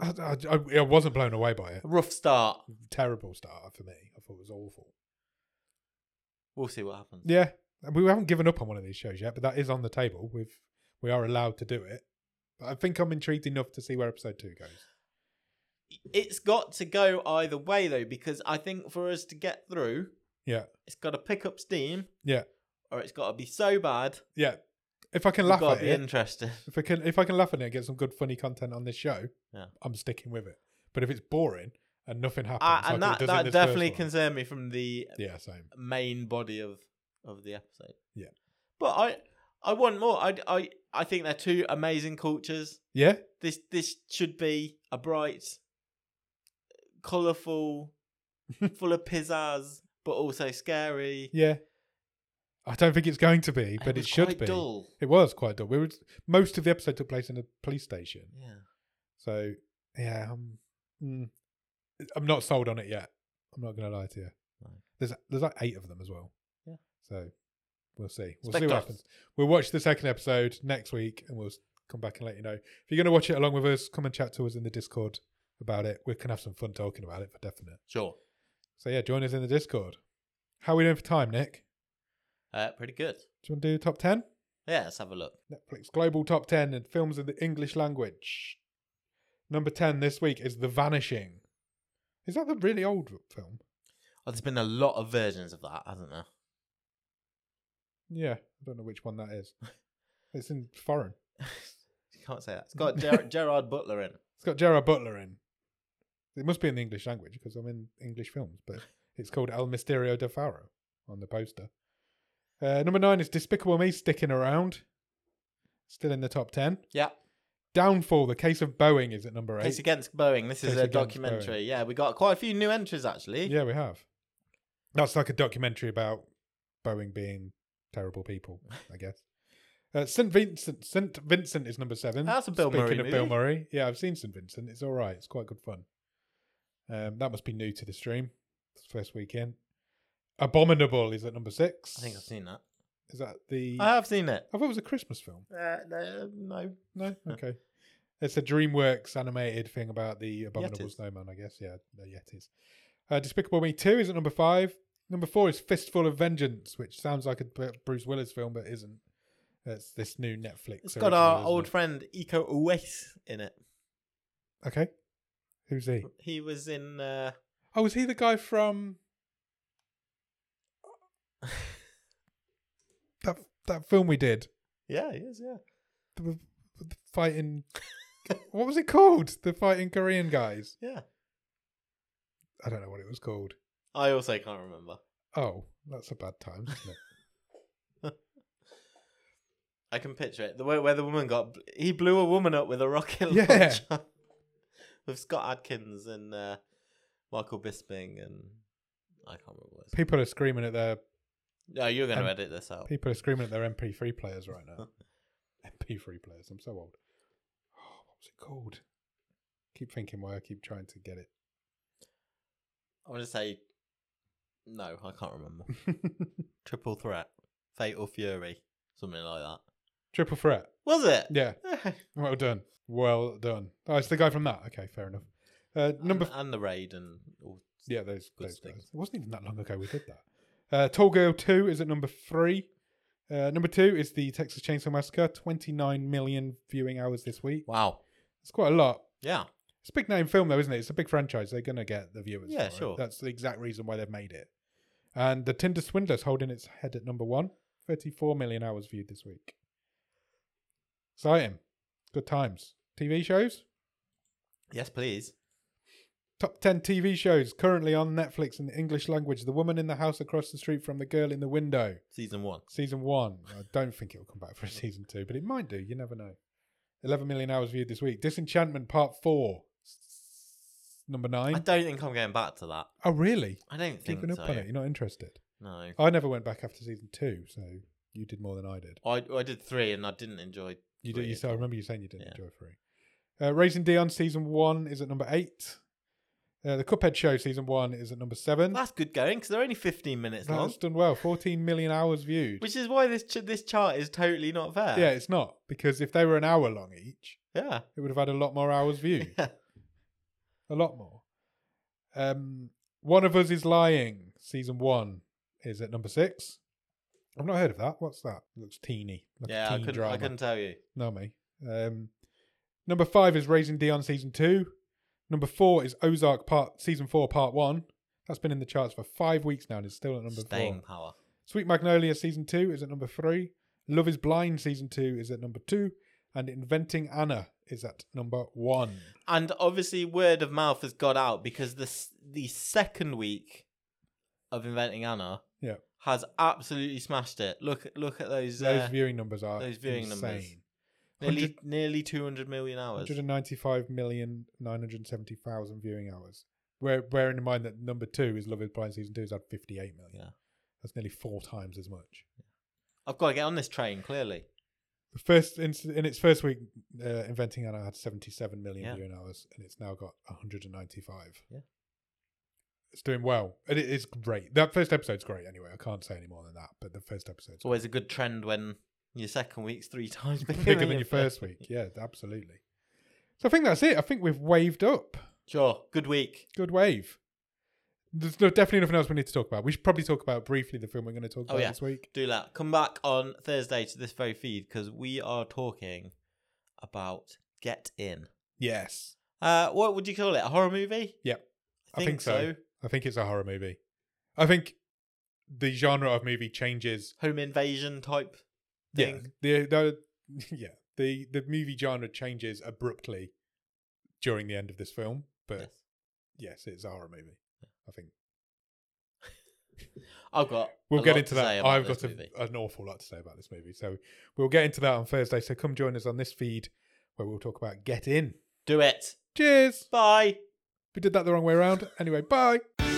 [SPEAKER 1] I, I- I- I wasn't blown away by it.
[SPEAKER 2] Rough start.
[SPEAKER 1] Terrible start for me. I thought it was awful.
[SPEAKER 2] We'll see what happens.
[SPEAKER 1] Yeah, and we haven't given up on one of these shows yet, but that is on the table. We've we are allowed to do it. But I think I'm intrigued enough to see where episode two goes.
[SPEAKER 2] It's got to go either way though, because I think for us to get through,
[SPEAKER 1] Yeah.
[SPEAKER 2] it's got to pick up steam.
[SPEAKER 1] Yeah.
[SPEAKER 2] or it's got to be so bad.
[SPEAKER 1] Yeah, if I can
[SPEAKER 2] It's
[SPEAKER 1] laugh
[SPEAKER 2] got
[SPEAKER 1] at
[SPEAKER 2] to be
[SPEAKER 1] it,
[SPEAKER 2] interesting.
[SPEAKER 1] if I can if I can laugh at it and get some good funny content on this show,
[SPEAKER 2] Yeah.
[SPEAKER 1] I'm sticking with it. But if it's boring and nothing happens,
[SPEAKER 2] Uh,
[SPEAKER 1] like
[SPEAKER 2] and
[SPEAKER 1] it
[SPEAKER 2] that,
[SPEAKER 1] does in
[SPEAKER 2] that
[SPEAKER 1] this first
[SPEAKER 2] definitely
[SPEAKER 1] one-
[SPEAKER 2] concerned me from the
[SPEAKER 1] Yeah, same.
[SPEAKER 2] main body of of the episode.
[SPEAKER 1] Yeah.
[SPEAKER 2] but I I want more. I I I think they're two amazing cultures.
[SPEAKER 1] Yeah,
[SPEAKER 2] This this should be a bright, colourful, full of pizzazz, but also scary.
[SPEAKER 1] Yeah. I don't think it's going to be, but
[SPEAKER 2] was
[SPEAKER 1] it, should
[SPEAKER 2] quite
[SPEAKER 1] be.
[SPEAKER 2] Dull.
[SPEAKER 1] It was quite dull. We were most of the episode took place in a police station,
[SPEAKER 2] Yeah.
[SPEAKER 1] so yeah, I'm mm, I'm not sold on it yet. I'm not going to lie to you.
[SPEAKER 2] No.
[SPEAKER 1] There's there's like eight of them as well.
[SPEAKER 2] Yeah.
[SPEAKER 1] So we'll see. We'll see
[SPEAKER 2] Spectre.
[SPEAKER 1] what happens. We'll watch the second episode next week, and we'll s- come back and let you know. If you're going to watch it along with us, come and chat to us in the Discord about it. We can have some fun talking about it for definite.
[SPEAKER 2] Sure.
[SPEAKER 1] So yeah, join us in the Discord. How are we doing for time, Nick?
[SPEAKER 2] Uh, pretty good.
[SPEAKER 1] Do you want to do top ten?
[SPEAKER 2] Yeah, let's have a look.
[SPEAKER 1] Netflix Global Top 10 in films in the English language. Number 10 this week is The Vanishing. Is that the really old film?
[SPEAKER 2] Oh, there's been a lot of versions of that, hasn't there?
[SPEAKER 1] Yeah, I don't know which one that is. It's in foreign.
[SPEAKER 2] you can't say that. It's got Ger- Gerard Butler in. it.
[SPEAKER 1] It's got Gerard Butler in. It must be in the English language because I'm in English films, but it's called El Misterio de Faro on the poster. Uh, number 9 is Despicable Me sticking around. Still in the top 10.
[SPEAKER 2] Yeah.
[SPEAKER 1] Downfall, The Case of Boeing is at number 8.
[SPEAKER 2] Case Against Boeing. This is
[SPEAKER 1] Case
[SPEAKER 2] a
[SPEAKER 1] Against
[SPEAKER 2] documentary. Yeah, we got quite a few new entries actually.
[SPEAKER 1] Yeah, we have. That's like a documentary about Boeing being terrible people, I guess. Uh, St. Vincent St. Vincent is number seven.
[SPEAKER 2] That's a Bill
[SPEAKER 1] Speaking
[SPEAKER 2] Murray
[SPEAKER 1] of Bill
[SPEAKER 2] movie.
[SPEAKER 1] Murray. Yeah, I've seen St. Vincent. It's all right. It's quite good fun. Um, that must be new to the stream. It's first weekend. Abominable is at number six.
[SPEAKER 2] I think I've seen that.
[SPEAKER 1] Is that the.
[SPEAKER 2] I have seen it.
[SPEAKER 1] I thought it Hmm. was a Christmas film.
[SPEAKER 2] Uh, no, no.
[SPEAKER 1] No? Okay. It's a DreamWorks animated thing about the Abominable
[SPEAKER 2] Yetis.
[SPEAKER 1] Snowman, I guess. Yeah, the Yetis. Uh, Despicable Me 2 is at number five. Number four is Fistful of Vengeance, which sounds like a B- Bruce Willis film, but isn't. It's this new Netflix.
[SPEAKER 2] It's got
[SPEAKER 1] original,
[SPEAKER 2] our
[SPEAKER 1] isn't
[SPEAKER 2] old
[SPEAKER 1] it?
[SPEAKER 2] friend Eco Uwais in it.
[SPEAKER 1] Okay. Who's he?
[SPEAKER 2] He was in. Uh,
[SPEAKER 1] Oh, is he the guy from. that, that film we did?
[SPEAKER 2] yeah, he is. Yeah.
[SPEAKER 1] The, the fighting. what was it called? The fighting Korean guys.
[SPEAKER 2] Yeah.
[SPEAKER 1] I don't know what it was called.
[SPEAKER 2] I also can't remember.
[SPEAKER 1] Oh, that's a bad time, isn't it?
[SPEAKER 2] I can picture it. The way where the woman got he blew a woman up with a rocket
[SPEAKER 1] Yeah.
[SPEAKER 2] launcher. with Scott Adkins and uh, Michael Bisping and I can't remember what it's
[SPEAKER 1] people are screaming at their
[SPEAKER 2] No, you're gonna
[SPEAKER 1] Um,
[SPEAKER 2] edit this out.
[SPEAKER 1] people are screaming at their MP3 players right now. MP3 players. I'm so old. Oh, what was it called? Keep thinking why I keep trying to get it.
[SPEAKER 2] I'm gonna say No, I can't remember. Triple threat. Fatal Fury. Something like that.
[SPEAKER 1] Triple threat.
[SPEAKER 2] Was it?
[SPEAKER 1] Yeah. Well done. Well done. Oh, it's the guy from that. Okay, fair enough. Uh, number.
[SPEAKER 2] and, and the raid and all
[SPEAKER 1] yeah, those,
[SPEAKER 2] good
[SPEAKER 1] those guys.
[SPEAKER 2] things.
[SPEAKER 1] It wasn't even that long ago we did that. Uh, Tall Girl 2 is at number 3. Uh, number 2 is the Texas Chainsaw Massacre. 29 million viewing hours this week.
[SPEAKER 2] Wow.
[SPEAKER 1] It's quite a lot.
[SPEAKER 2] Yeah.
[SPEAKER 1] It's a big name film though, isn't it? It's a big franchise. They're gonna get the viewers.
[SPEAKER 2] Yeah,
[SPEAKER 1] for it.
[SPEAKER 2] sure.
[SPEAKER 1] That's the exact reason why they've made it. And the Tinder Swindler's holding its head at number one. 34 million hours viewed this week. Exciting. Good times. TV shows?
[SPEAKER 2] Yes, please.
[SPEAKER 1] Top 10 TV shows currently on Netflix in the English language The Woman in the House Across the Street from the Girl in the Window,
[SPEAKER 2] Season one.
[SPEAKER 1] season one. I don't think it'll come back for a season two, but it might do. You never know. 11 million hours viewed this week. Disenchantment Part 4, s- number
[SPEAKER 2] I
[SPEAKER 1] 9.
[SPEAKER 2] don't think I'm going back to that.
[SPEAKER 1] Oh, really?
[SPEAKER 2] I don't think
[SPEAKER 1] Keeping up
[SPEAKER 2] so.
[SPEAKER 1] on it. You're not interested.
[SPEAKER 2] No,
[SPEAKER 1] I never went back after season two, so you did more than I did.
[SPEAKER 2] I I did three and I didn't enjoy.
[SPEAKER 1] You did.
[SPEAKER 2] three
[SPEAKER 1] You
[SPEAKER 2] at
[SPEAKER 1] said, I
[SPEAKER 2] all.
[SPEAKER 1] remember you saying you didn't
[SPEAKER 2] Yeah.
[SPEAKER 1] enjoy three. Uh, Raising Dion season one is at number eight. Uh, the Cuphead Show season one is at number seven.
[SPEAKER 2] That's good going because they're only 15 minutes long,
[SPEAKER 1] That's done well. 14 million hours viewed.
[SPEAKER 2] which is why this ch- this chart is totally not fair.
[SPEAKER 1] yeah, it's not because if they were an hour long each,
[SPEAKER 2] yeah.
[SPEAKER 1] it would have had a lot more hours viewed.
[SPEAKER 2] yeah.
[SPEAKER 1] a lot more. Um, one of Us is Lying, season one, is at number six. I've not heard of that. What's that? looks teeny. Like a
[SPEAKER 2] Yeah, I
[SPEAKER 1] teen
[SPEAKER 2] couldn't I
[SPEAKER 1] drama.
[SPEAKER 2] couldn't tell you.
[SPEAKER 1] No, me. Um, number five is Raising Dion, season two. Number four is Ozark, part season four, part one. That's been in the charts for five weeks now and it's still at number
[SPEAKER 2] Staying
[SPEAKER 1] four.
[SPEAKER 2] power.
[SPEAKER 1] Sweet Magnolia season two is at number three. Love is Blind season two is at number two, and Inventing Anna is at number one.
[SPEAKER 2] And obviously, word of mouth has got out because the s- the second week of inventing Anna,
[SPEAKER 1] Yeah.
[SPEAKER 2] has absolutely smashed it. Look look at those
[SPEAKER 1] Those
[SPEAKER 2] uh,
[SPEAKER 1] viewing numbers are
[SPEAKER 2] those viewing
[SPEAKER 1] insane.
[SPEAKER 2] numbers. nearly nearly 200 million hours.
[SPEAKER 1] 195 million 970 thousand viewing hours. Where, bearing in mind that number two is Love is Blind season two is at 58 million.
[SPEAKER 2] Yeah.
[SPEAKER 1] That's nearly four times as much.
[SPEAKER 2] I've got to get on this train. Clearly,
[SPEAKER 1] The first in, in its first week, uh, Inventing Anna had 77 million
[SPEAKER 2] Yeah.
[SPEAKER 1] viewing hours, and it's now got 195.
[SPEAKER 2] Yeah.
[SPEAKER 1] it's doing well, and it is great. That first episode's great. Anyway, I can't say any more than that, but the first episode's
[SPEAKER 2] it's always a good trend when your second week's three times bigger,
[SPEAKER 1] bigger than your first week. Yeah, absolutely. So I think that's it. I think we've waved up.
[SPEAKER 2] Sure, good week.
[SPEAKER 1] Good wave. There's no, definitely nothing else we need to talk about. We should probably talk about briefly the film we're going to talk
[SPEAKER 2] Oh,
[SPEAKER 1] about
[SPEAKER 2] yeah.
[SPEAKER 1] this week.
[SPEAKER 2] do that. Come back on Thursday to this very feed because we are talking about Get In.
[SPEAKER 1] Yes,
[SPEAKER 2] Uh, what would you call it? A horror movie?
[SPEAKER 1] Yep. I think so. I think it's a horror movie. I think the genre of movie changes
[SPEAKER 2] Home invasion type
[SPEAKER 1] Yeah,
[SPEAKER 2] thing.
[SPEAKER 1] the, the yeah the the movie genre changes abruptly during the end of this film, but
[SPEAKER 2] Yes.
[SPEAKER 1] yes, it's a horror movie. I think
[SPEAKER 2] I've got.
[SPEAKER 1] we'll
[SPEAKER 2] a
[SPEAKER 1] get
[SPEAKER 2] lot
[SPEAKER 1] into
[SPEAKER 2] to say
[SPEAKER 1] that.
[SPEAKER 2] about
[SPEAKER 1] I've
[SPEAKER 2] this
[SPEAKER 1] got a,
[SPEAKER 2] movie.
[SPEAKER 1] an awful lot to say about this movie, so we'll get into that on Thursday. So come join us on this feed where we'll talk about Get In.
[SPEAKER 2] Do it.
[SPEAKER 1] Cheers.
[SPEAKER 2] Bye.
[SPEAKER 1] We did that the wrong way around. Anyway, bye.